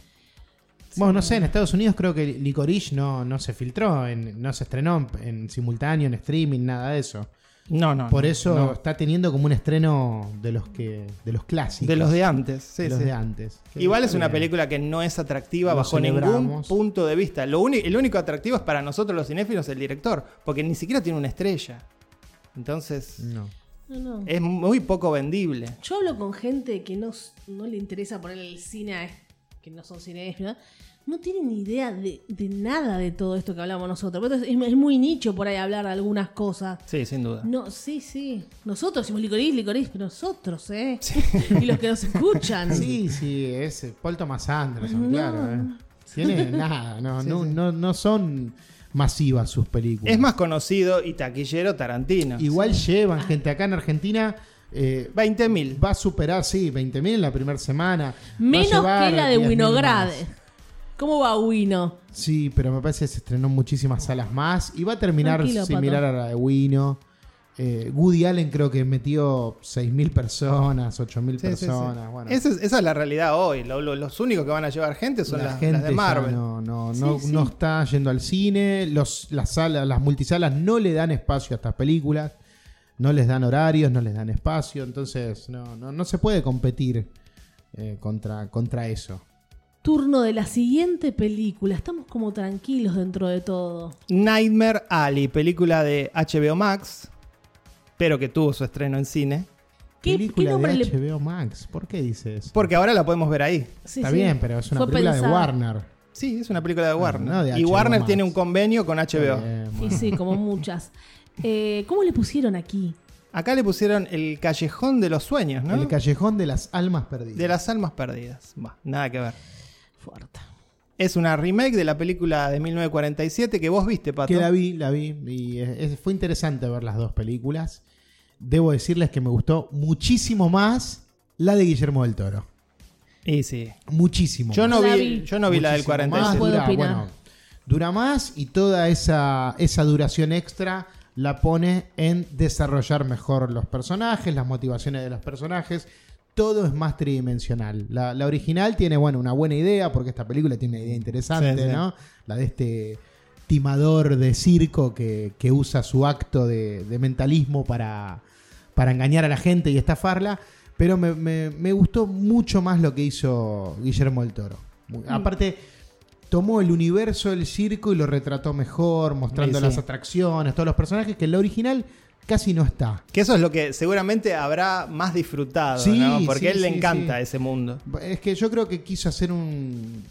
D: Bueno, no sé, en Estados Unidos creo que Licorice no, no se filtró, en- no se estrenó en, en simultáneo, en streaming, nada de eso.
C: No, no.
D: Por
C: no,
D: eso
C: no.
D: está teniendo como un estreno de los que de los clásicos.
C: de los de antes. sí,
D: de los
C: sí.
D: de antes. Que
C: Igual es una
D: bien.
C: película que no es atractiva
D: Lo
C: bajo ningún
D: celebramos.
C: punto de vista. Lo uni- el único atractivo es para nosotros los cinéfilos el director, porque ni siquiera tiene una estrella. Entonces,
D: No.
B: No, no.
C: es muy poco vendible.
B: Yo hablo con gente que no, s- no le interesa poner el cine a que no son cineastas, no tienen ni idea de, de nada de todo esto que hablamos nosotros. Por eso es, es muy nicho por ahí hablar de algunas cosas.
C: Sí, sin duda.
B: No, sí, sí. Nosotros decimos licoriz, licoriz, pero nosotros, ¿eh? Y los que nos escuchan.
D: Sí, sí, es Paul Thomas Anderson,
B: No.
D: claro. eh. Tiene nada, no,
C: Sí,
D: no,
C: sí.
D: no- no son masivas sus películas.
C: Es más conocido y taquillero Tarantino.
D: igual llevan gente acá en Argentina. eh,
C: 20.000.
D: va a superar, sí, 20.000 en la primera semana. Va a
B: Menos
D: llevar
B: que la de
D: 10.000
B: Winograde.
D: más.
B: ¿Cómo va Wino?
D: Sí, pero me parece que se estrenó en muchísimas salas más y va a terminar
B: Tranquilo,
D: similar
B: Pato.
D: a la de Wino. Eh, Woody Allen creo que metió 6.000 personas, 8.000
C: Sí, sí, sí.
D: personas. Bueno,
C: Esa, es, esa es la realidad hoy. Lo- lo- los únicos que van a llevar gente son
D: la
C: las,
D: gente
C: las de
D: ya
C: Marvel.
D: no, no,
B: Sí,
D: no,
B: sí.
D: no está yendo al cine, los, las salas, las multisalas no le dan espacio a estas películas, no les dan horarios, no les dan espacio, entonces no, no, no se puede competir eh, contra, contra eso.
B: Turno de la siguiente película. Estamos como tranquilos dentro de todo.
C: Nightmare Alley, película de HBO Max, pero que tuvo su estreno en cine.
B: ¿Qué, qué
D: película
B: nombre
D: de
B: le
D: HBO Max, ¿por qué dice eso?
C: Porque ahora la podemos ver ahí.
B: Sí,
D: Está
B: sí.
D: bien, pero es una
B: Fue
D: película de
B: pensada.
D: Warner.
C: Sí, es una película de Warner.
D: Ah, no de
C: y
D: HBO
C: Warner
D: Max.
C: tiene un convenio con HBO.
D: Eh,
B: Y
D: bueno.
B: sí, como muchas. Eh, ¿Cómo le pusieron aquí?
C: Acá le pusieron el callejón de los sueños, ¿no?
D: El callejón de las almas perdidas.
C: de las almas perdidas. Bah, nada que ver.
B: Fuerte. Es
C: Es una remake de la película de 1947 que vos viste, Pato.
D: Que la vi, la vi. Y eh, es- fue interesante ver las dos películas. Debo decirles que me gustó muchísimo más la de Guillermo del Toro.
C: Y sí.
D: Muchísimo.
C: Yo no
B: La
C: vi,
B: vi.
C: yo no vi la del 47.
B: No puedo
D: dura,
B: opinar.
D: bueno, dura más y toda esa, esa duración extra la pone en desarrollar mejor los personajes, las motivaciones de los personajes. Todo es más tridimensional. La, la original tiene, bueno, una buena idea, porque esta película tiene una idea interesante,
C: Sí, sí.
D: ¿no? La de este timador de circo que, que usa su acto de, de mentalismo para, para engañar a la gente y estafarla. Pero me, me- me gustó mucho más lo que hizo Guillermo del Toro. Muy-
C: Mm.
D: Aparte, tomó el universo del circo y lo retrató mejor, mostrando
C: Sí, sí.
D: las atracciones, todos los personajes, que en la original casi no está.
C: Que eso es lo que seguramente habrá más disfrutado,
D: Sí,
C: ¿no? Porque
D: sí,
C: a él le
D: sí,
C: encanta
D: sí.
C: ese mundo.
D: Es que yo creo que quiso hacer un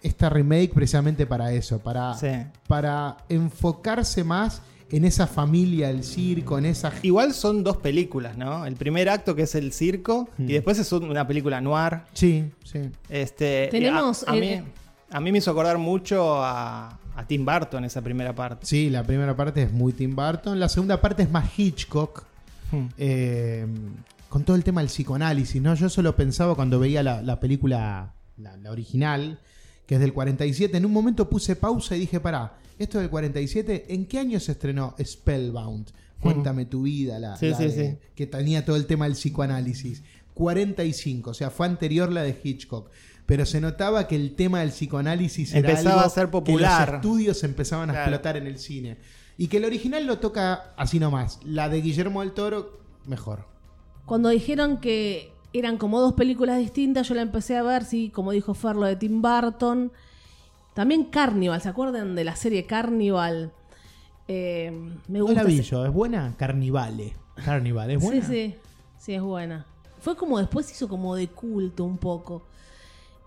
D: esta remake precisamente para eso, para,
C: Sí.
D: para enfocarse más en esa familia del circo, en esa
C: Igual son dos películas, ¿no? El primer acto que es el circo
D: Mm.
C: y después es un- una película noir.
D: Sí, sí.
C: Este,
B: Tenemos eh,
C: a, a
B: el-
C: mí, a mí me hizo acordar mucho a, a Tim Burton esa primera parte.
D: Sí, la primera parte es muy Tim Burton, la segunda parte es más Hitchcock.
C: Hmm.
D: eh, con todo el tema del psicoanálisis, ¿no? Yo solo pensaba cuando veía la, la película, la, la original, que es del 47, en un momento puse pausa y dije, pará, esto del 47, ¿en qué año se estrenó Spellbound? Cuéntame tu vida, la,
C: Mm. Sí,
D: la
C: sí,
D: de-
C: sí.
D: que tenía todo el tema del psicoanálisis. 45, o sea, fue anterior la de Hitchcock. Pero se notaba que el tema del psicoanálisis era
C: Empezaba
D: algo
C: a ser
D: que los
C: popular.
D: estudios empezaban a
C: Claro.
D: explotar en el cine. Y que el original lo toca así nomás. La de Guillermo del Toro, mejor.
B: Cuando dijeron que eran como dos películas distintas, yo la empecé a ver, sí, como dijo Fer, lo de Tim Burton. También Carnival, ¿se acuerdan de la serie Carnival? Eh, me
D: No
B: gusta.
D: la vi
B: ese-
D: yo, ¿es buena? Carnivale. Carnival, ¿es buena?
B: Sí, sí, sí, es buena. Fue como después hizo como de culto un poco.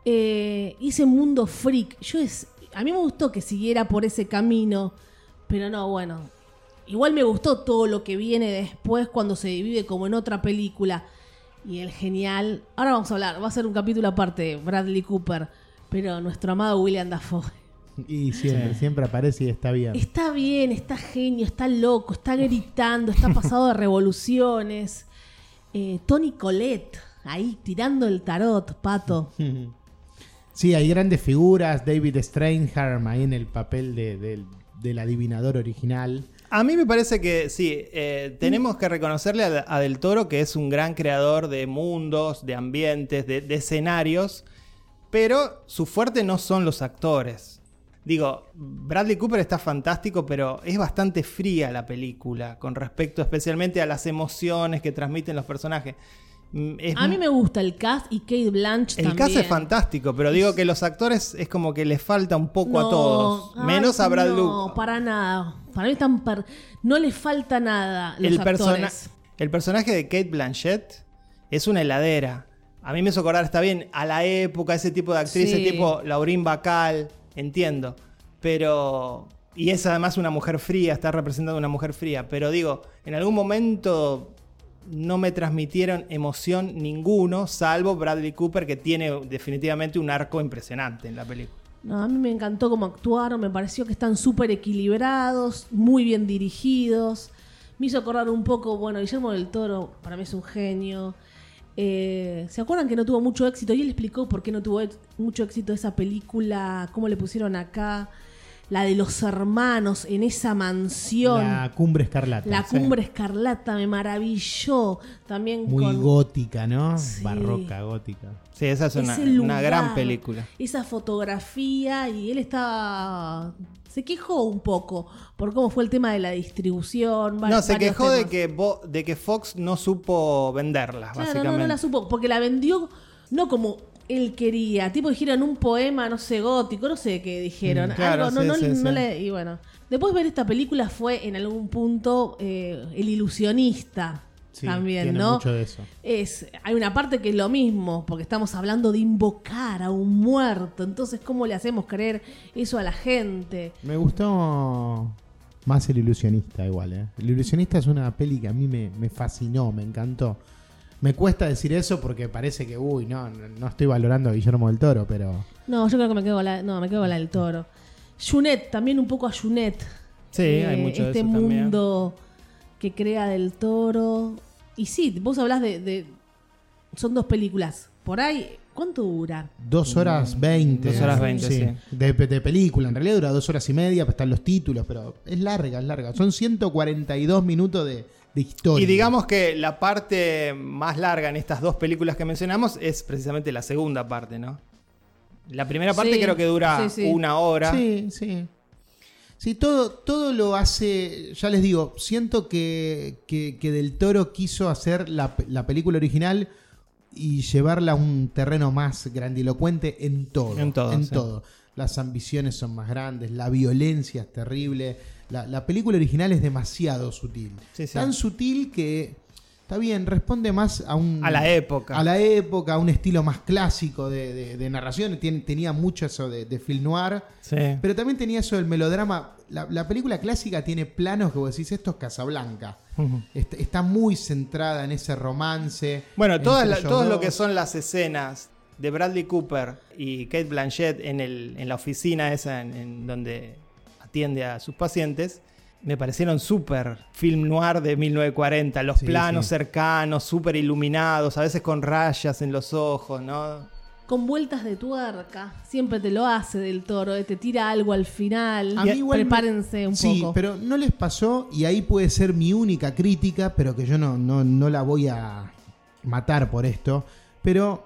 B: Eh, hice Mundo Freak. Yo es, a mí me gustó que siguiera por ese camino, pero no, bueno. Igual me gustó todo lo que viene después cuando se divide como en otra película. Y el genial. Ahora vamos a hablar, va a ser un capítulo aparte, Bradley Cooper. Pero nuestro amado William Dafoe.
D: Y siempre, siempre aparece y está bien.
B: Está bien, está genio, está loco, está gritando, está pasado de revoluciones. Eh, Tony Colette, ahí tirando el tarot, pato.
D: Sí, hay grandes figuras. David Strainharm ahí en el papel de- del- del adivinador original.
C: A mí me parece que sí, eh, tenemos que reconocerle a, a Del Toro que es un gran creador de mundos, de ambientes, de, de escenarios, pero su fuerte no son los actores. Digo, Bradley Cooper está fantástico, pero es bastante fría la película con respecto especialmente a las emociones que transmiten los personajes. Mm, es
B: A mí me gusta el cast y Kate Blanch
C: el
B: también.
C: caso es fantástico, pero digo que los actores es como que les falta un poco
B: No,
C: a todos.
B: ay,
C: Menos a Brad
B: No,
C: Lu-
B: para nada. Para mí están per- no le falta nada los
C: el, persona-
B: actores.
C: el personaje de Kate Blanchett es una heladera. A mí me hizo acordar, está bien, a la época, ese tipo de actrices,
B: Sí.
C: tipo Laurín Bacal, entiendo. Pero. Y es además una mujer fría, está representando a una mujer fría. Pero digo, en algún momento no me transmitieron emoción ninguno, salvo Bradley Cooper, que tiene definitivamente un arco impresionante en la película.
B: No, a mí me encantó cómo actuaron, me pareció que están súper equilibrados, muy bien dirigidos. Me hizo acordar un poco, bueno, Guillermo del Toro para mí es un genio. Eh, ¿Se acuerdan que no tuvo mucho éxito? Y él explicó por qué no tuvo ex- mucho éxito esa película, cómo le pusieron acá, la de los hermanos en esa mansión.
D: La cumbre escarlata.
B: La
D: Sí.
B: cumbre escarlata me maravilló. También
D: Muy
B: con
D: gótica, ¿no?
B: Sí.
D: Barroca, gótica.
C: Sí, esa es una,
B: ese
C: una
B: lugar,
C: gran película.
B: Esa fotografía y él estaba... Se quejó un poco por cómo fue el tema de la distribución. va-
C: No, se
B: varios
C: quejó de
B: temas.
C: que, Bo- de que Fox no supo venderlas,
B: Claro,
C: básicamente.
B: no, no la supo, porque la vendió no como él quería. Tipo dijeron un poema, no sé, gótico, no sé qué dijeron.
C: Mm, claro,
B: Algo, no,
C: sí,
B: no,
C: sí,
B: no
C: sí.
B: le- Y bueno, después ver esta película fue en algún punto eh, el ilusionista
D: Sí,
B: también,
D: tiene
B: ¿no?
D: mucho de eso.
B: es hay una parte que es lo mismo, porque estamos hablando de invocar a un muerto, entonces cómo le hacemos creer eso a la gente.
D: Me gustó más El Ilusionista, igual. ¿eh? El Ilusionista es una peli que a mí me, me fascinó, me encantó. Me cuesta decir eso porque parece que, uy, no, no no estoy valorando a Guillermo del Toro, pero.
B: No, yo creo que me quedo con la, no, me quedo con la del toro. Junet, también un poco a Junet.
C: Sí, hay mucho de
B: Este
C: eso también.
B: mundo que crea del toro. Y sí, vos hablás de, de- Son dos películas. Por ahí, ¿cuánto dura?
D: Dos horas veinte.
C: Mm, Dos horas veinte, sí.
D: De, de película, en realidad dura dos horas y media, pues están los títulos, pero es larga, es larga. Son 142 minutos de, de historia.
C: Y digamos que la parte más larga en estas dos películas que mencionamos es precisamente la segunda parte, ¿no? La primera parte
B: Sí,
C: creo que dura
B: sí, sí.
C: una hora.
D: Sí, sí. Sí, todo, todo lo hace, ya les digo, siento que, que- que Del Toro quiso hacer la, pe- la película original y llevarla a un terreno más grandilocuente en todo.
C: En todo, sí.
D: todo. Las ambiciones son más grandes, la violencia es terrible. La, la película original es demasiado sutil.
C: Sí, sí.
D: Tan sutil que, está bien, responde más a un...
C: A la época.
D: A la época, un estilo más clásico de, de- de narración. Tien- tenía mucho eso de, de film noir.
C: Sí.
D: Pero también tenía eso del melodrama. La, la película clásica tiene planos que vos decís, esto es Casablanca.
C: Ujú.
D: Est- está muy centrada en ese romance.
C: Bueno,
D: entre
C: todas la-
D: ellos
C: todo lo
D: dos.
C: que son las escenas de Bradley Cooper y Kate Blanchett en, el, en la oficina esa en, en donde atiende a sus pacientes, me parecieron súper film noir de 1940. Los
D: Sí,
C: planos
D: sí.
C: cercanos, súper iluminados, a veces con rayas en los ojos, ¿no?
B: Con vueltas de tuerca. Siempre te lo hace del toro, eh, te tira algo al final.
D: A mí igual me-
B: Prepárense un
D: sí,
B: poco.
D: pero no les pasó, y ahí puede ser mi única crítica, pero que yo no, no, no la voy a matar por esto. Pero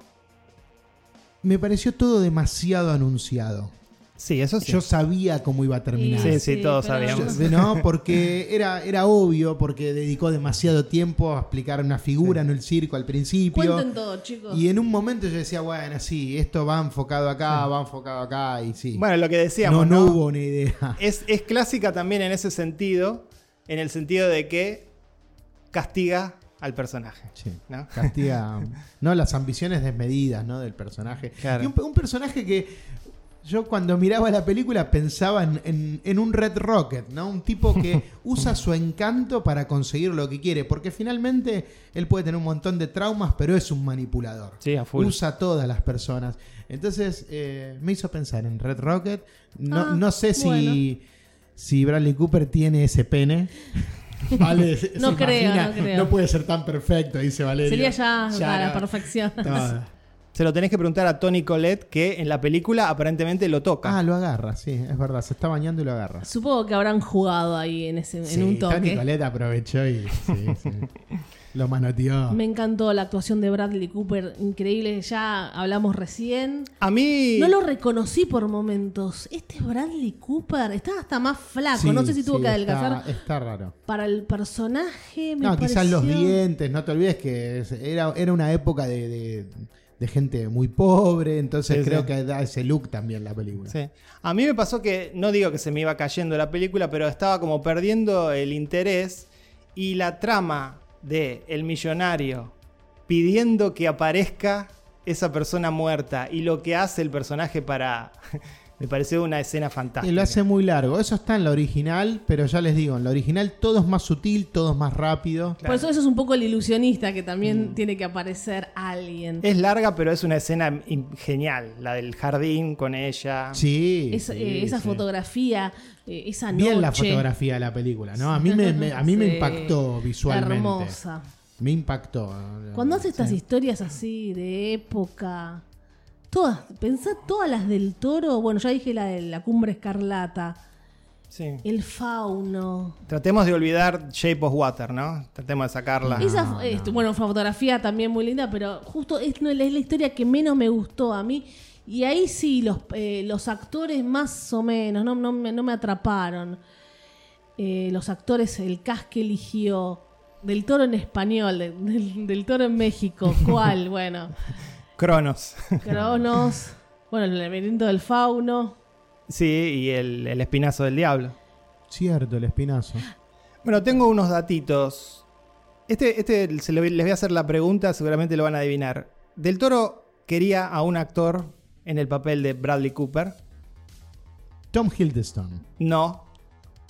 D: me pareció todo demasiado anunciado.
C: Sí, eso sí.
D: Yo sabía cómo iba a terminar.
C: Sí, sí, todos
B: pero-
C: sabíamos.
D: Yo- No, porque era, era obvio, porque dedicó demasiado tiempo a explicar una figura en el circo al principio.
B: Cuenten todo, chicos.
D: Y en un momento yo decía, bueno, sí, esto va enfocado acá, va enfocado acá, y sí.
C: Bueno, lo que
D: no,
C: decíamos,
D: no
C: ¿no?
D: hubo una idea.
C: Es, es clásica también en ese sentido, en el sentido de que castiga al personaje.
D: Sí.
C: ¿no?
D: Castiga, no, las ambiciones desmedidas, ¿no? Del personaje.
C: Claro.
D: Y un, un personaje que yo cuando miraba la película pensaba en, en- en un Red Rocket, ¿no? Un tipo que usa su encanto para conseguir lo que quiere, porque finalmente él puede tener un montón de traumas, pero es un manipulador.
C: Sí, a full.
D: Usa a todas las personas. Entonces eh, me hizo pensar en Red Rocket. No,
B: Ah,
D: no sé si...
B: bueno.
D: Si Bradley Cooper tiene ese pene, Vale, se
B: No creo,
D: imagina,
B: no creo.
D: puede ser tan perfecto, dice Valeria.
B: Sería ya, a la
D: no.
B: perfección.
D: Nada.
C: Se lo tenés que preguntar a Tony Collette, que en la película aparentemente lo toca.
D: Ah, lo agarra, sí, es verdad. Se está bañando y lo agarra.
B: Supongo que habrán jugado ahí en, ese, en un toque.
D: Tony Colette aprovechó y sí, sí. lo manoteó.
B: Me encantó la actuación de Bradley Cooper, increíble, ya hablamos recién.
C: a mí.
B: No lo reconocí por momentos. Este es Bradley Cooper está hasta más flaco,
D: Sí,
B: no sé si tuvo
D: sí,
B: que
D: está-
B: adelgazar.
D: Está, raro.
B: Para el personaje, me
D: No, quizás los
B: pareció-
D: dientes, no te olvides que es- era, era una época de, de- de gente muy pobre, entonces
C: Sí,
D: creo
C: sí.
D: que da ese look también la película.
C: Sí. A mí me pasó que, no digo que se me iba cayendo la película, pero estaba como perdiendo el interés y la trama de el millonario pidiendo que aparezca esa persona muerta y lo que hace el personaje para... me pareció una escena
D: Y
C: fantástica.
D: lo hace muy largo. Eso está en la original, pero ya les digo, en la original todo es más sutil, todo es más rápido.
B: Por eso eso es un poco el ilusionista, que
D: Mm.
B: también tiene que aparecer alguien.
C: Es larga, pero es una escena in- genial, la del jardín con ella.
D: Sí.
B: Es-
D: sí,
B: eh, esa
D: sí.
B: fotografía, eh, esa noche.
D: Bien la fotografía de la película, ¿no? A mí me, me- a mí me
B: Sí.
D: impactó visualmente.
B: Hermosa.
D: Me impactó.
B: Cuando hace estas
D: Sí.
B: historias así de época, todas, pensá todas las del toro, bueno, ya dije la de la cumbre escarlata,
C: Sí.
B: el fauno.
C: Tratemos de olvidar Shape of Water, ¿no? Tratemos de sacarla.
D: No,
B: Esa, eh,
D: Ah, no.
B: bueno, fue fotografía también muy linda, pero justo es, no, es la historia que menos me gustó a mí. Y ahí sí, los, eh, los actores más o menos, no, no me, no me atraparon. Eh, los actores, el cast que eligió, del toro en español, de- del, del toro en México, ¿cuál? Bueno,
C: Cronos.
B: Cronos, bueno, el laberinto del fauno.
C: sí, y el- el espinazo del diablo.
D: Cierto, el espinazo.
C: Bueno, tengo unos datitos. Este, este se lo- les voy a hacer la pregunta, seguramente lo van a adivinar. Del Toro quería a un actor en el papel de Bradley Cooper.
D: Tom Hiddleston.
C: No,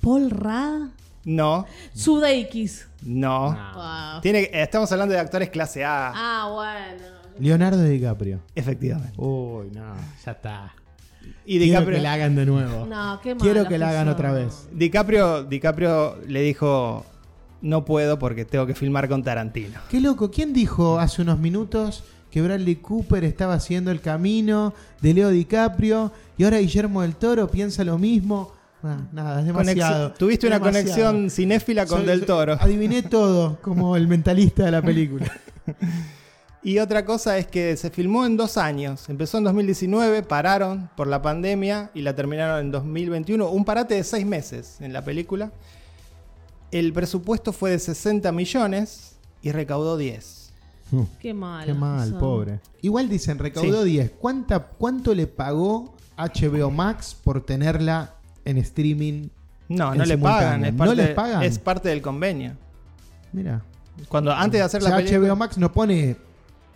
B: Paul Rudd,
C: no,
B: Sudeikis.
C: no.
D: Ah.
B: Wow.
C: Tiene, eh, estamos hablando de actores clase A.
B: Ah, bueno.
D: Leonardo DiCaprio.
C: Efectivamente.
D: Uy, no, ya está.
C: Y
D: Quiero que
C: DiCaprio,
D: la hagan de nuevo.
B: No, qué
D: Quiero
B: malos
D: que la hagan
B: son.
D: otra vez.
C: DiCaprio, DiCaprio le dijo, no puedo porque tengo que filmar con Tarantino.
D: Qué loco, ¿quién dijo hace unos minutos que Bradley Cooper estaba haciendo el camino de Leo DiCaprio y ahora Guillermo del Toro piensa lo mismo? Ah, nada, es demasiado.
C: Conexión- Tuviste una
D: Demasiado.
C: conexión cinéfila con
D: Soy-
C: Del Toro.
D: Adiviné todo, como el mentalista de la película.
C: Y otra cosa es que se filmó en dos años. Empezó en 2019, pararon por la pandemia y la terminaron en 2021. Un parate de seis meses en la película. El presupuesto fue de 60 millones y recaudó 10.
B: Qué mal.
D: Qué mal, pobre. Igual dicen, recaudó 10. ¿Cuánta, ¿Cuánto le pagó HBO Max por tenerla en streaming?
C: No,
D: En
C: no le pagan.
D: simultáneo.
C: Es
D: ¿No
C: parte,
D: les pagan?
C: Es parte del convenio.
D: Mira.
C: Cuando antes de
D: O
C: hacer
D: sea,
C: la película.
D: HBO Max no pone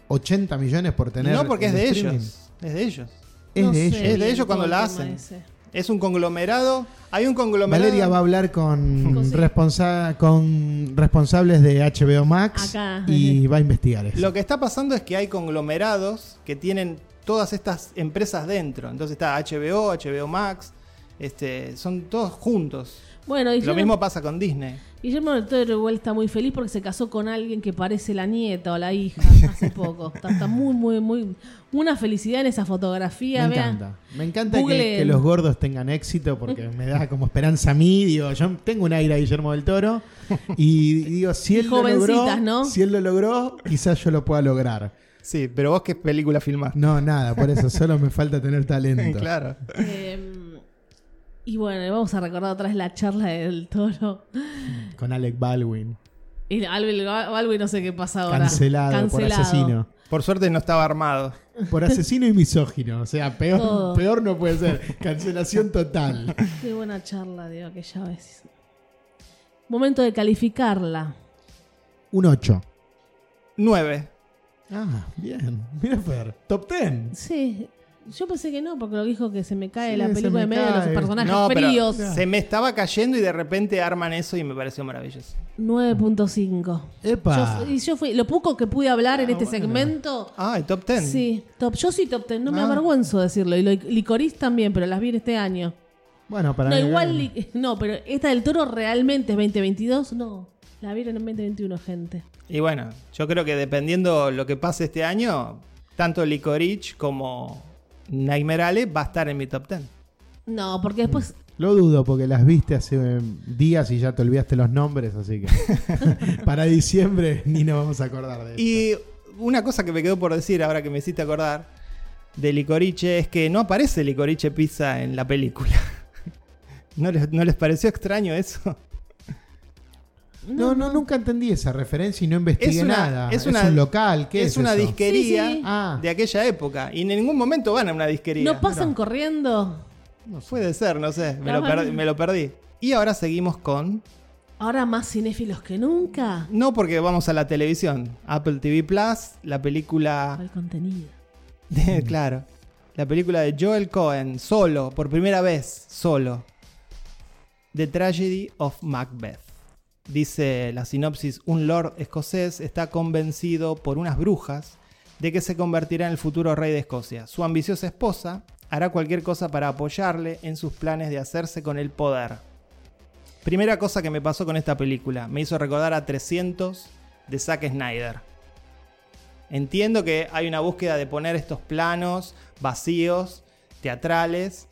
D: 80 millones por tener.
C: No, porque es
D: en
C: de
D: streaming.
C: ellos. Es de ellos.
D: Es
B: No
D: de
B: sé
D: ellos.
C: Es de
B: bien
C: ellos
B: todo
C: cuando
B: el
C: la
B: tema
C: hacen.
B: ese.
C: Es un conglomerado. Hay un conglomerado.
D: Valeria va a hablar con,
B: Con-
D: responsa- con responsables de HBO Max
B: Acá.
D: y va a investigar eso.
C: Lo que está pasando es que hay conglomerados que tienen todas estas empresas dentro. Entonces está HBO, HBO Max, este, son todos juntos.
B: Bueno, Guillermo,
C: Lo mismo pasa con Disney.
B: Guillermo del Toro igual está muy feliz porque se casó con alguien que parece la nieta o la hija hace poco. Está, está muy, muy, muy. Una felicidad en esa fotografía.
D: me
B: vean.
D: encanta. Me encanta que,
B: Googleen.
D: que los gordos tengan éxito porque me da como esperanza a mí. Digo, yo tengo un aire a Guillermo del Toro y digo, si él, lo logró,
B: Jovencitas, ¿no?
D: si él lo logró, quizás yo lo pueda lograr.
C: Sí, pero vos qué película filmás.
D: No, nada, por eso solo me falta tener talento.
C: claro.
B: Eh, y bueno, vamos a recordar otra vez la charla del Toro.
D: Con Alec Baldwin,
B: Y Alvin, Alvin no sé qué pasa ahora.
D: cancelado, por
B: Cancelado.
D: asesino.
C: Por suerte no estaba armado.
D: Por asesino y misógino. O sea,
B: Todo.
D: peor, peor no puede ser. Cancelación total.
B: Qué buena charla, digo, que ya ves. Momento de calificarla.
D: Un 8.
C: 9.
D: Ah, bien. Mira, Fer. Top 10.
B: Sí, yo pensé que no, porque lo dijo que se me cae
D: Sí,
B: la
D: se me
B: película de medio de los
D: cae.
B: personajes
C: No, pero
B: fríos.
C: se me estaba cayendo y de repente arman eso y me pareció maravilloso.
B: 9.5.
D: Epa.
B: Yo- Y yo fui, lo poco que pude hablar
D: Ah,
B: en este segmento.
C: Ah, el top 10.
B: Sí, top. Yo sí top ten, no me
D: Ah.
B: avergüenzo decirlo. Y lo- Licorice también, pero las vi en este año.
D: Bueno, para eh,
B: No,
D: agregar-
B: igual, li- no, pero esta del toro realmente es 2022. No, la vieron en 2021, gente.
C: Y bueno, yo creo que dependiendo lo que pase este año, tanto Licorice como Nightmare Alley va a estar en mi top 10.
B: No, porque después
D: Lo dudo porque las viste hace eh, días y ya te olvidaste los nombres, así que para diciembre ni nos vamos a acordar de eso.
C: Y una cosa que me quedó por decir ahora que me hiciste acordar de Licoriche es que no aparece Licoriche Pizza en la película. ¿No les, no les pareció extraño eso?
D: No, no, nunca entendí esa referencia y no investigué
C: Es una-
D: nada.
C: es
D: Es,
C: una-
D: un local, ¿qué es?
C: es, una
D: eso?
C: disquería
B: Sí, sí.
D: Ah.
C: de aquella época. Y en ningún momento van a una disquería.
B: no pasan corriendo.
C: No, puede ser, no sé. Me
B: No,
C: lo, per-
B: no.
C: me lo perdí. Y ahora seguimos con.
B: Ahora más cinéfilos que nunca.
C: No porque vamos a la televisión. Apple TV Plus, la película.
B: Al contenido.
C: de- claro. La película de Joel Cohen, solo, por primera vez, solo. The Tragedy of Macbeth. Dice la sinopsis, un lord escocés está convencido por unas brujas de que se convertirá en el futuro rey de Escocia. Su ambiciosa esposa hará cualquier cosa para apoyarle en sus planes de hacerse con el poder. Primera cosa que me pasó con esta película, me hizo recordar a 300 de Zack Snyder. Entiendo que hay una búsqueda de poner estos planos vacíos, teatrales,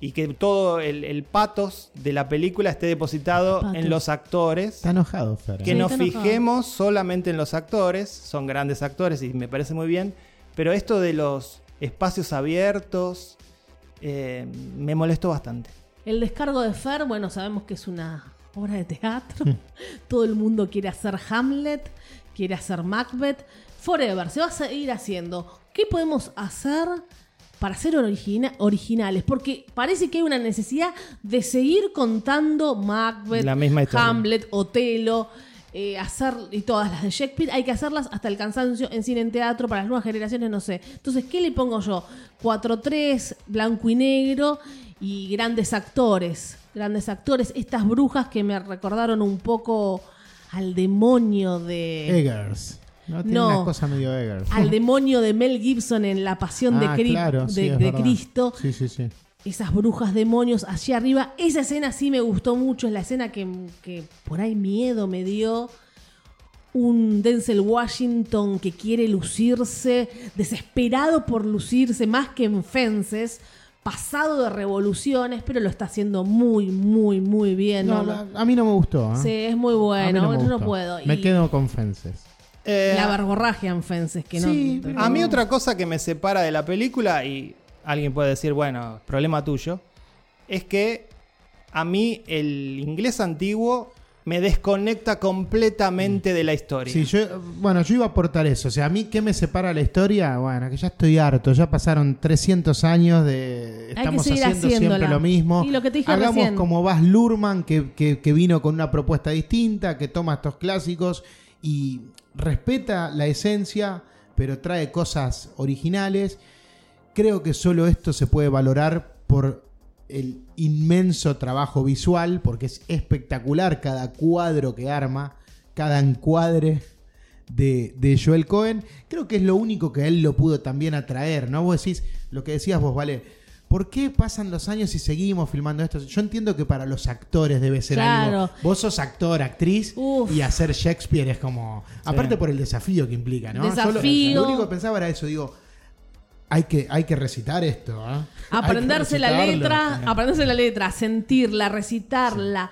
C: y que todo el, el patos de la película esté depositado
B: Patos.
C: en los actores.
D: Está enojado, Fer. ¿eh?
C: Que
B: Sí,
C: nos
B: está enojado.
C: fijemos solamente en los actores, son grandes actores y me parece muy bien, pero esto de los espacios abiertos eh, me molestó bastante.
B: El descargo de Fer, bueno, sabemos que es una obra de teatro.
C: Mm.
B: Todo el mundo quiere hacer Hamlet, quiere hacer Macbeth. Forever, se va a seguir haciendo. ¿Qué podemos hacer para ser origina- originales? Porque parece que hay una necesidad de seguir contando Macbeth,
C: La misma historia.
B: Hamlet, Otelo. eh, hacer y todas las de Shakespeare hay que hacerlas hasta el cansancio en cine en teatro para las nuevas generaciones no sé entonces qué le pongo yo 4-3 blanco y negro y grandes actores grandes actores estas brujas que me recordaron un poco al demonio
D: Eh,
B: de
D: Eggers. No tiene
B: No.
D: una cosa medio Eggers.
B: al demonio de Mel Gibson en La Pasión
D: Ah,
B: de, Cri-
D: claro,
B: de-
D: sí, es
B: de
D: verdad.
B: Cristo Eh,
D: Sí, sí, sí.
B: esas brujas demonios allí arriba. Esa escena sí me gustó mucho, es la escena que, que por ahí miedo me dio. Un Denzel Washington que quiere lucirse, desesperado por lucirse, más que en fences, pasado de revoluciones, pero lo está haciendo muy, muy, muy bien.
D: No,
B: ¿no?
D: a mí no me gustó. ¿eh?
B: Sí, es muy
D: A mí
B: bueno,
D: me
B: yo no
D: gustó.
B: puedo.
D: Me
B: Y
D: quedo con Fences.
C: Eh,
B: La verborragia en fences, que no.
D: Sí, pero-
C: A mí otra cosa que me separa de la película, y alguien puede decir, bueno, problema tuyo, es que a mí el inglés antiguo me desconecta completamente de la historia.
D: Mm. Sí, yo, bueno, yo iba a aportar eso. O sea, a mí, ¿qué me separa la historia? Bueno, que ya estoy harto. Ya pasaron 300 años de.
B: que
D: Estamos
B: seguir
D: haciendo siempre
B: haciéndola.
D: lo mismo.
B: Y lo que te dije
D: Hagamos
B: recién.
D: como Bas Lurman, que, que- que vino con una propuesta distinta, que toma estos clásicos y respeta la esencia, pero trae cosas originales. Creo que solo esto se puede valorar por el inmenso trabajo visual, porque es espectacular cada cuadro que arma, cada encuadre de, de Joel Cohen. Creo que es lo único que a él lo pudo también atraer, ¿no? Vos decís lo que decías vos, Vale. ¿Por qué pasan los años y seguimos filmando esto? Yo entiendo que para los actores debe ser algo.
B: Claro.
D: Vos sos actor, actriz,
B: Uf.
D: y hacer Shakespeare es como. Aparte por el desafío que implica, ¿no? Yo lo-
B: Desafío.
D: lo único que pensaba era eso, digo. Hay que, hay que recitar esto, ¿ah? Hay que
B: Aprenderse la
D: recitarlo.
B: letra, aprenderse la letra, sentirla, recitarla,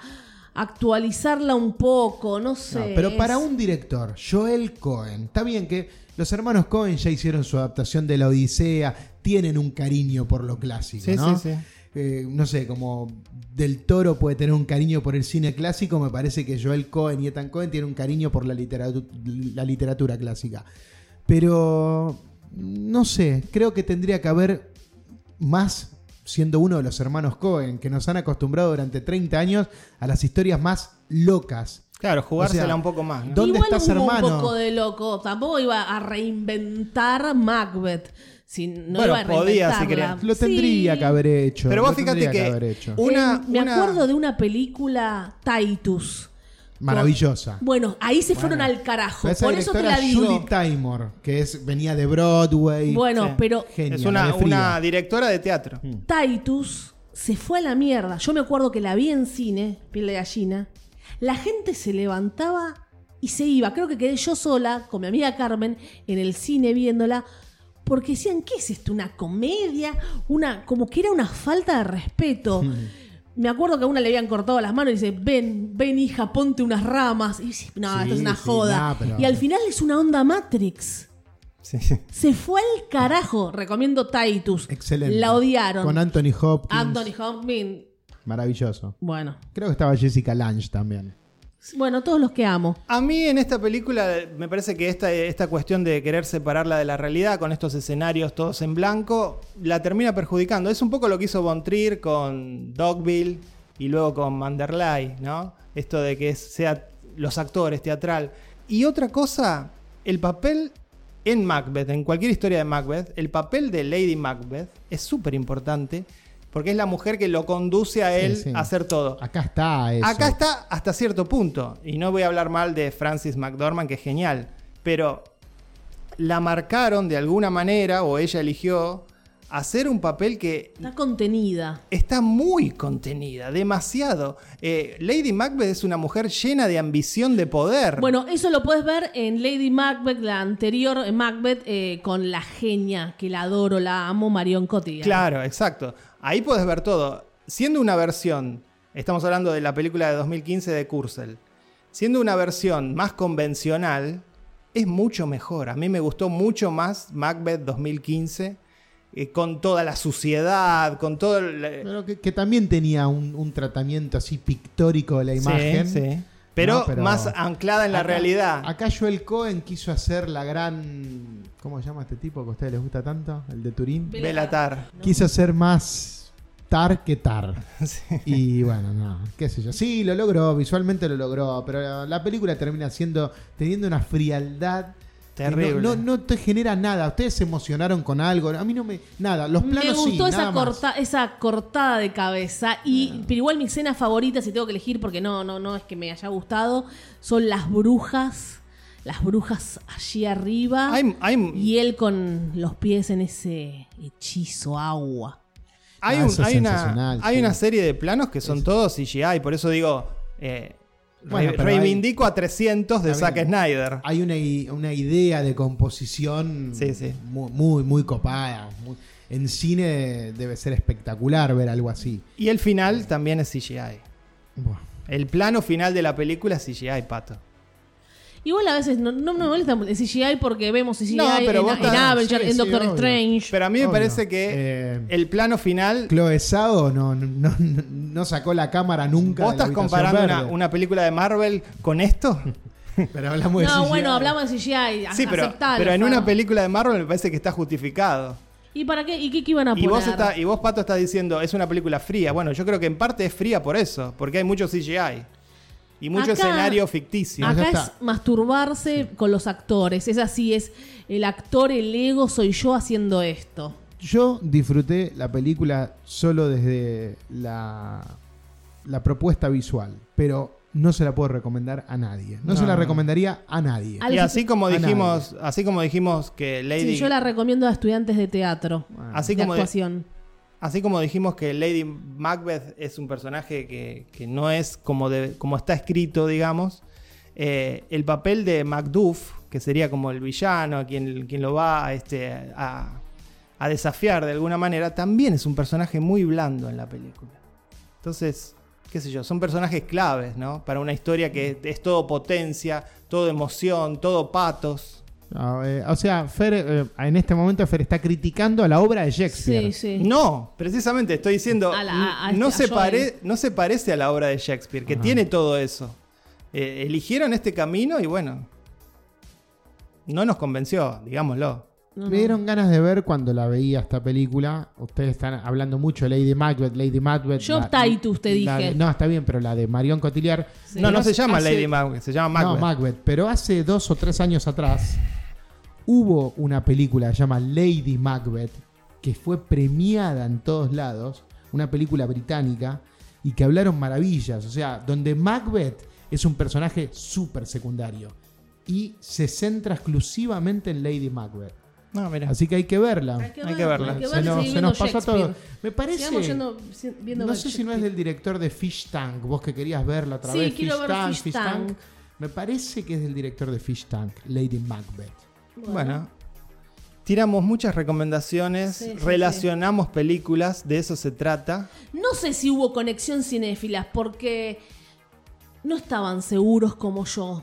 B: actualizarla un poco, no
D: No,
B: sé.
D: pero para
B: es-
D: un director, Joel Cohen, está bien que los hermanos Cohen ya hicieron su adaptación de la Odisea, tienen un cariño por lo clásico,
C: Sí,
D: ¿no?
C: sí, sí.
D: Eh, no sé, como Del Toro puede tener un cariño por el cine clásico, me parece que Joel Cohen y Ethan Cohen tienen un cariño por la, literatu- la literatura clásica. Pero, no sé, creo que tendría que haber más siendo uno de los hermanos Cohen, que nos han acostumbrado durante 30 años a las historias más locas
C: Claro, jugársela
D: O sea,
C: un poco más. ¿no?
D: ¿dónde
B: Igual
D: estás,
B: hubo
D: hermano?
B: un poco de loco. Tampoco iba a reinventar Macbeth. Si no
C: Bueno,
B: iba a
C: podía,
B: reinventarla.
C: si quería.
D: Lo tendría
B: Sí.
D: que haber hecho.
C: Pero vos
D: lo
C: fíjate
D: tendría
C: que-
D: haber hecho.
C: un- Una-
B: Eh, me
C: una-
B: acuerdo de una película Titus.
D: Maravillosa.
B: Bueno, ahí se fueron
D: Ah. Bueno.
B: al carajo.
D: Pero esa
B: Por eso te
D: directora
B: la digo.
D: Julie Taymor, que es, venía de Broadway.
B: Bueno,
C: Sí.
B: pero
D: Genia,
C: es
D: la
C: una,
D: de Frida. Mm.
C: una directora de teatro.
B: Titus se fue a la mierda. Yo me acuerdo que la vi en cine, piel de gallina. La gente se levantaba y se iba. Creo que quedé yo sola con mi amiga Carmen en el cine viéndola porque decían, ¿qué es esto? ¿Una comedia? Una, como que era una falta de respeto. Me acuerdo que a una le habían cortado las manos y dice, ven, ven hija, ponte unas ramas. Y dice, no,
D: Sí,
B: esto es una
D: sí,
B: joda.
D: no, pero-
B: Y al final es una onda Matrix.
C: Sí.
B: Se fue al carajo. Recomiendo Titus.
D: Excelente.
B: La odiaron.
D: Con Anthony Hopkins.
B: Anthony Hopkins.
D: Maravilloso.
B: Bueno.
D: Creo que estaba Jessica Lange también.
B: Bueno, todos los que amo.
C: A mí en esta película me parece que esta, esta cuestión de querer separarla de la realidad con estos escenarios todos en blanco la termina perjudicando. Es un poco lo que hizo Von Trier con Dogville y luego con Manderley, ¿no? Esto de que sea los actores teatral. Y otra cosa, el papel en Macbeth, en cualquier historia de Macbeth, el papel de Lady Macbeth es súper importante porque es la mujer que lo conduce a él
D: sí.
C: a hacer todo.
D: Acá está eso.
C: Acá está hasta cierto punto. Y no voy a hablar mal de Francis McDormand, que es genial. Pero la marcaron de alguna manera, o ella eligió, hacer un papel que
B: Está contenida.
C: está muy contenida, demasiado. Eh, Lady Macbeth es una mujer llena de ambición de poder.
B: Bueno, eso lo puedes ver en Lady Macbeth, la anterior eh, Macbeth, eh, con la genia, que la adoro, la amo, Marion Cotillard.
C: Claro, exacto. Ahí puedes ver todo. Siendo una versión, estamos hablando de la película de 2015 de Kurzel, siendo una versión más convencional, es mucho mejor. A mí me gustó mucho más Macbeth 2015, eh, con toda la suciedad, con todo el... eh,
D: Pero que, que también tenía un, un tratamiento así pictórico de la imagen.
C: Sí, sí. Pero,
D: No, pero-
C: más anclada en la
D: Acá-
C: realidad.
D: Acá Joel Cohen quiso hacer la gran. ¿Cómo se llama este tipo que a ustedes les gusta tanto? El de Turín.
C: Belatar.
D: Quiso ser más tar que tar. Y bueno, no, qué sé yo. Sí, lo logró, visualmente lo logró, pero la, la película termina siendo teniendo una frialdad que no-
C: Terrible.
D: No, no, te genera nada. Ustedes se emocionaron con algo. A mí no me. Nada, los planos
B: Me gustó
D: sí,
B: esa,
D: nada más.
B: corta, esa cortada de cabeza. Y, Pero igual mi escena favorita, si tengo que elegir, porque no, no, no es que me haya gustado, son las brujas. Las brujas allí arriba.
C: Hay, hay-
B: y él con los pies en ese hechizo agua.
C: hay
D: Ah,
C: un-
D: eso es
C: hay una,
D: sensacional,
C: hay
D: sí.
C: una serie de planos que son todos CGI, por eso digo, eh,
D: Bueno,
C: re-
D: pero hay-
C: reivindico a 300 de
D: Está
C: Zack
D: bien.
C: Snyder.
D: Hay una, i- una idea de composición
C: Sí, sí.
D: Muy, muy, muy copada. Muy- en cine debe ser espectacular ver algo así.
C: Y el final también es CGI.
D: Buah.
C: El plano final de la película es CGI, pato.
B: Igual a veces no, no me molesta el CGI porque vemos CGI
C: No, pero
B: en,
C: vos
B: en
C: estás-
B: Avenger,
D: sí,
B: en
D: sí,
B: Doctor
D: obvio.
B: Strange.
C: Pero a mí me
D: Obvio.
C: parece que
D: Oh, Eh,
C: el plano final.
D: Chloe Zhao no, no, no- no sacó la cámara nunca.
C: ¿Vos
D: de la
C: estás
D: habitación
C: comparando una,
D: verde.
C: una película de Marvel con esto?
D: Pero hablamos de
B: No,
D: CGI.
B: bueno, hablamos de CGI.
C: "Ah". Sí, pero,
B: aceptalo,
C: pero en
B: Fran.
C: una película de Marvel me parece que está justificado.
B: ¿Y para qué? ¿Y qué, qué iban a
C: Y
B: poner?
C: vos, está, y vos, Pato, estás diciendo, es una película fría. Bueno, yo creo que en parte es fría por eso, porque hay mucho CGI. Y mucho
B: Acá-
C: escenario ficticio.
D: Ah,
B: Acá
D: ya
B: es
D: está.
B: masturbarse con los actores. Es así, es el actor, el ego, soy yo haciendo esto.
D: Yo disfruté la película solo desde la, la propuesta visual, pero no se la puedo recomendar a nadie. No, se
C: No,
D: la
C: no.
D: recomendaría a nadie.
B: Al-
C: Y así como
D: A nadie.
C: dijimos, así como dijimos que Lady.
B: Sí, yo la recomiendo a estudiantes de teatro,
C: así
B: de
C: como de-
B: actuación.
C: Así como dijimos que Lady Macbeth es un personaje que, que no es como, de- como está escrito, digamos, eh, el papel de Macduff, que sería como el villano, a quien, quien lo va a, este, a, a desafiar de alguna manera, también es un personaje muy blando en la película. Entonces, qué sé yo, son personajes claves, ¿no? Para una historia que es todo potencia, todo emoción, todo patos.
D: Ah, eh, o sea, Fer, eh, en este momento Fer está criticando a la obra de Shakespeare.
B: Sí, sí.
C: No, precisamente estoy diciendo,
B: A la- a-
C: no,
B: a
C: se
B: Joel.
C: pare- no se parece a la obra de Shakespeare, que
D: Ajá.
C: tiene todo eso. Eh, eligieron este camino y bueno, no nos convenció, digámoslo.
B: No,
D: Me
B: no.
D: dieron ganas de ver cuando la veía esta película. Ustedes están hablando mucho de Lady Macbeth, Lady Macbeth.
B: Yo
D: la-
B: Titus te
D: la-
B: dije.
D: No, está bien, pero la de Marion Cotillard.
B: Sí.
C: No, no
D: Pero
C: se
D: hace-
C: llama
D: hace-
C: Lady Macbeth, se llama Macbeth.
D: No, Macbeth. Pero hace dos o tres años atrás hubo una película llamada Lady Macbeth que fue premiada en todos lados, una película británica, y que hablaron maravillas. O sea, donde Macbeth es un personaje súper secundario y se centra exclusivamente en Lady Macbeth.
C: No, mira.
D: Así que hay que verla.
B: Hay que
C: hay que
B: verla,
C: verla.
B: hay que
D: se,
B: verla y
D: nos,
B: seguir
D: se nos
B: viendo
D: pasó todo.
B: Shakespeare.
D: Me parece.
B: Sigamos yendo- si- viendo
D: No sé si no es del director de Fish Tank, vos que querías verla otra
B: Sí,
D: vez.
B: quiero ver Fish Tank.
D: Me parece que es del director de Fish Tank, Lady Macbeth.
C: Bueno, tiramos muchas recomendaciones,
B: Sí, sí,
C: relacionamos películas, de eso se trata.
B: No sé si hubo conexión cinéfilas porque no estaban seguros como yo.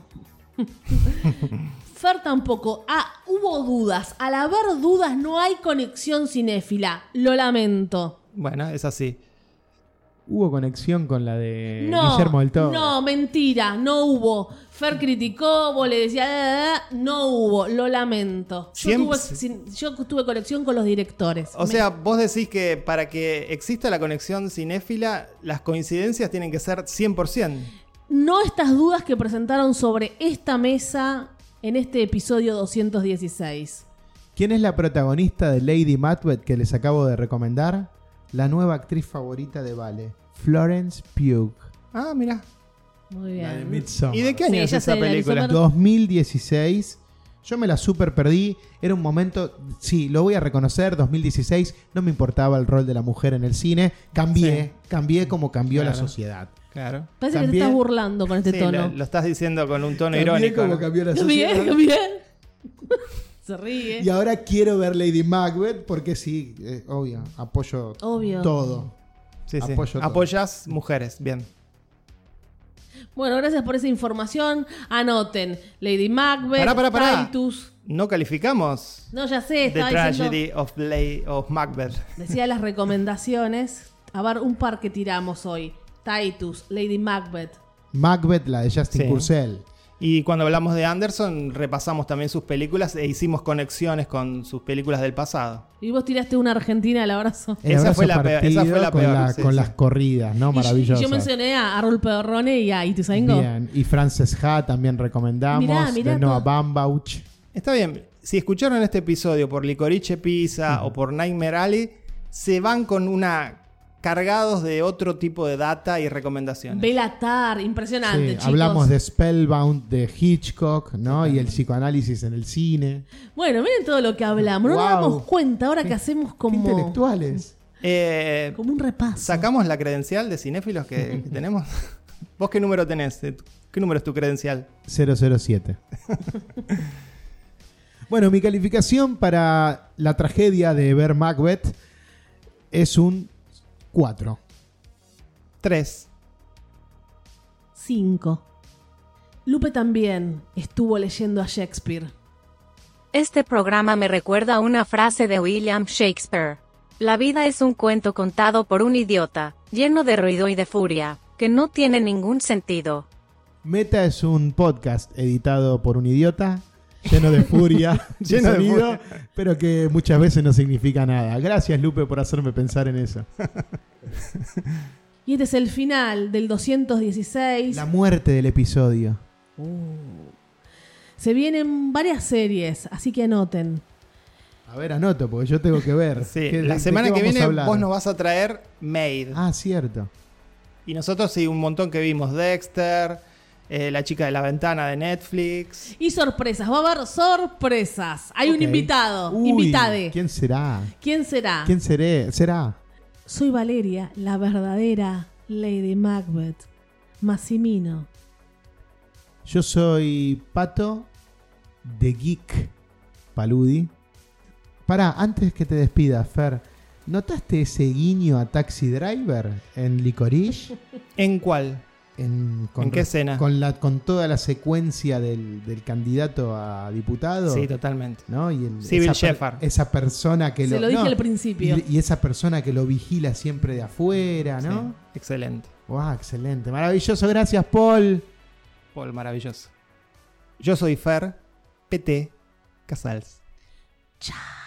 B: Fer tampoco. Ah, hubo dudas. Al haber dudas no hay conexión cinéfila. Lo lamento.
C: Bueno, es así.
D: Hubo conexión con la de
B: No,
D: Eh, Guillermo del Toro.
B: no, mentira, no hubo. Fer criticó, vos le decías, "Ah, ah, ah", no hubo, lo lamento. Yo, tuve,
C: Siempre-
B: sin- yo tuve conexión con los directores.
C: O sea, vos decís que para que exista la conexión cinéfila, las coincidencias tienen que ser 100%.
B: no estas dudas que presentaron sobre esta mesa en este episodio 216.
D: ¿Quién es la protagonista de Lady Macbeth que les acabo de recomendar? La nueva actriz favorita de Vale, Florence Pugh.
C: Ah, mira.
B: Muy
D: La de
B: bien.
D: Midsommar.
C: ¿Y de qué
B: Sí,
C: año es
B: ya
C: esa
B: sé, la
C: película?
B: Midsommar.
D: 2016. Yo me la super perdí. Era un momento. Sí, lo voy a reconocer. 2016. No me importaba el rol de la mujer en el cine. Cambié. Cambié como cambió la
C: Claro.
D: sociedad.
C: Claro.
B: Parece que te
D: También-
B: estás burlando con este
C: Sí,
B: tono.
C: lo, lo estás diciendo con un tono
D: Cambié
C: irónico.
D: como
C: ¿no?
D: cambió la
B: Bien,
D: sociedad.
B: bien. Se ríe.
D: Y ahora quiero ver Lady Macbeth porque sí, eh, obvio, apoyo
B: Obvio.
D: todo.
C: Sí, sí.
D: Apoyo todo.
C: Apoyás mujeres, bien.
B: Bueno, gracias por esa información. Anoten Lady Macbeth,
C: Pará, pará, pará.
B: Titus.
C: No calificamos
B: No, ya sé,
C: The
B: estaba diciendo,
C: Tragedy of, Blade, of Macbeth.
B: decía las recomendaciones. A ver, un par que tiramos hoy. Titus, Lady Macbeth.
D: Macbeth, la de Justin
C: Sí.
D: Purcell.
C: Y cuando hablamos de Anderson, repasamos también sus películas e hicimos conexiones con sus películas del pasado.
B: Y vos tiraste una Argentina al abrazo.
D: El
C: Esa
D: abrazo
C: fue la peor,
D: partido
C: esa fue la
D: con,
C: peor,
D: la-
C: sí,
D: con
C: sí.
D: las corridas, ¿no?
B: Y yo-
D: Maravillosas.
B: Y yo mencioné a Arul Pedrone y a Ituzaingó.
D: Bien. Y Frances Ha también recomendamos.
B: Mirá, mirá
D: de Noah
B: todo.
D: Bambauch.
C: Está bien, si escucharon este episodio por Licorice Pizza o por Nightmare Alley, se van con una cargados de otro tipo de data y recomendaciones.
B: Belatar, impresionante,
D: Sí,
B: chicos.
D: hablamos de Spellbound de Hitchcock, ¿no? Y el psicoanálisis en el cine.
B: Bueno, miren todo lo que hablamos. No nos
D: Guau.
B: damos cuenta ahora que hacemos
D: Qué
B: como,
D: intelectuales.
C: Eh,
B: como un repaso.
C: ¿Sacamos la credencial de cinéfilos que, que tenemos? ¿Vos qué número tenés? Eh, ¿Qué número es tu credencial?
D: 007. bueno, mi calificación para la tragedia de ver Macbeth es un 4.
C: Tres.
B: Cinco. Lupe también estuvo leyendo a Shakespeare.
E: Este programa me recuerda a una frase de William Shakespeare. La vida es un cuento contado por un idiota, lleno de ruido y de furia, que no tiene ningún sentido.
D: Meta es un podcast editado por un idiota, lleno de furia,
C: Lleno
D: lleno
C: de
D: de sonido, pero que muchas veces no significa nada. Gracias, Lupe, por hacerme pensar en eso.
B: Y este es el final del 216.
D: La muerte del episodio.
B: Se vienen varias series, así que anoten.
D: A ver, anoto, porque yo tengo que ver.
C: Sí,
D: ¿Qué-
C: la
D: de
C: semana
D: qué
C: que
D: vamos a
C: viene
D: hablar?
C: vos nos vas a traer Maid.
D: Ah, cierto.
C: Y nosotros sí, un montón que vimos. Dexter, eh, La chica de la ventana de Netflix.
B: Y sorpresas, va a haber sorpresas. Hay un
D: Ok.
B: invitado,
D: Uy,
B: invitade. Ah. ¿Quién,
D: ¿Quién será?
B: será?
D: ¿Quién seré? ¿Será?
B: Soy Valeria, la verdadera Lady Macbeth. Massimino.
D: Yo soy Pato de Geek Paludi. Pará, antes que te despidas, Fer, ¿notaste ese guiño a Taxi Driver en Licorice?
C: ¿En cuál?
D: En,
C: ¿En qué escena?
D: Con, la, con toda la secuencia del, del candidato a diputado.
C: Sí, totalmente.
D: ¿no? Y el-
C: Sí, Bill
D: esa, per-
C: Shepard.
D: esa persona que
B: Se
D: lo,
B: lo dije
D: no,
B: al principio.
D: Y, y esa persona que lo vigila siempre de afuera, Ah, ¿no?
C: Sí, excelente.
D: Guau, excelente, maravilloso, gracias Paul.
C: Paul, maravilloso. Yo soy Fer, PT, Casals.
B: Chao.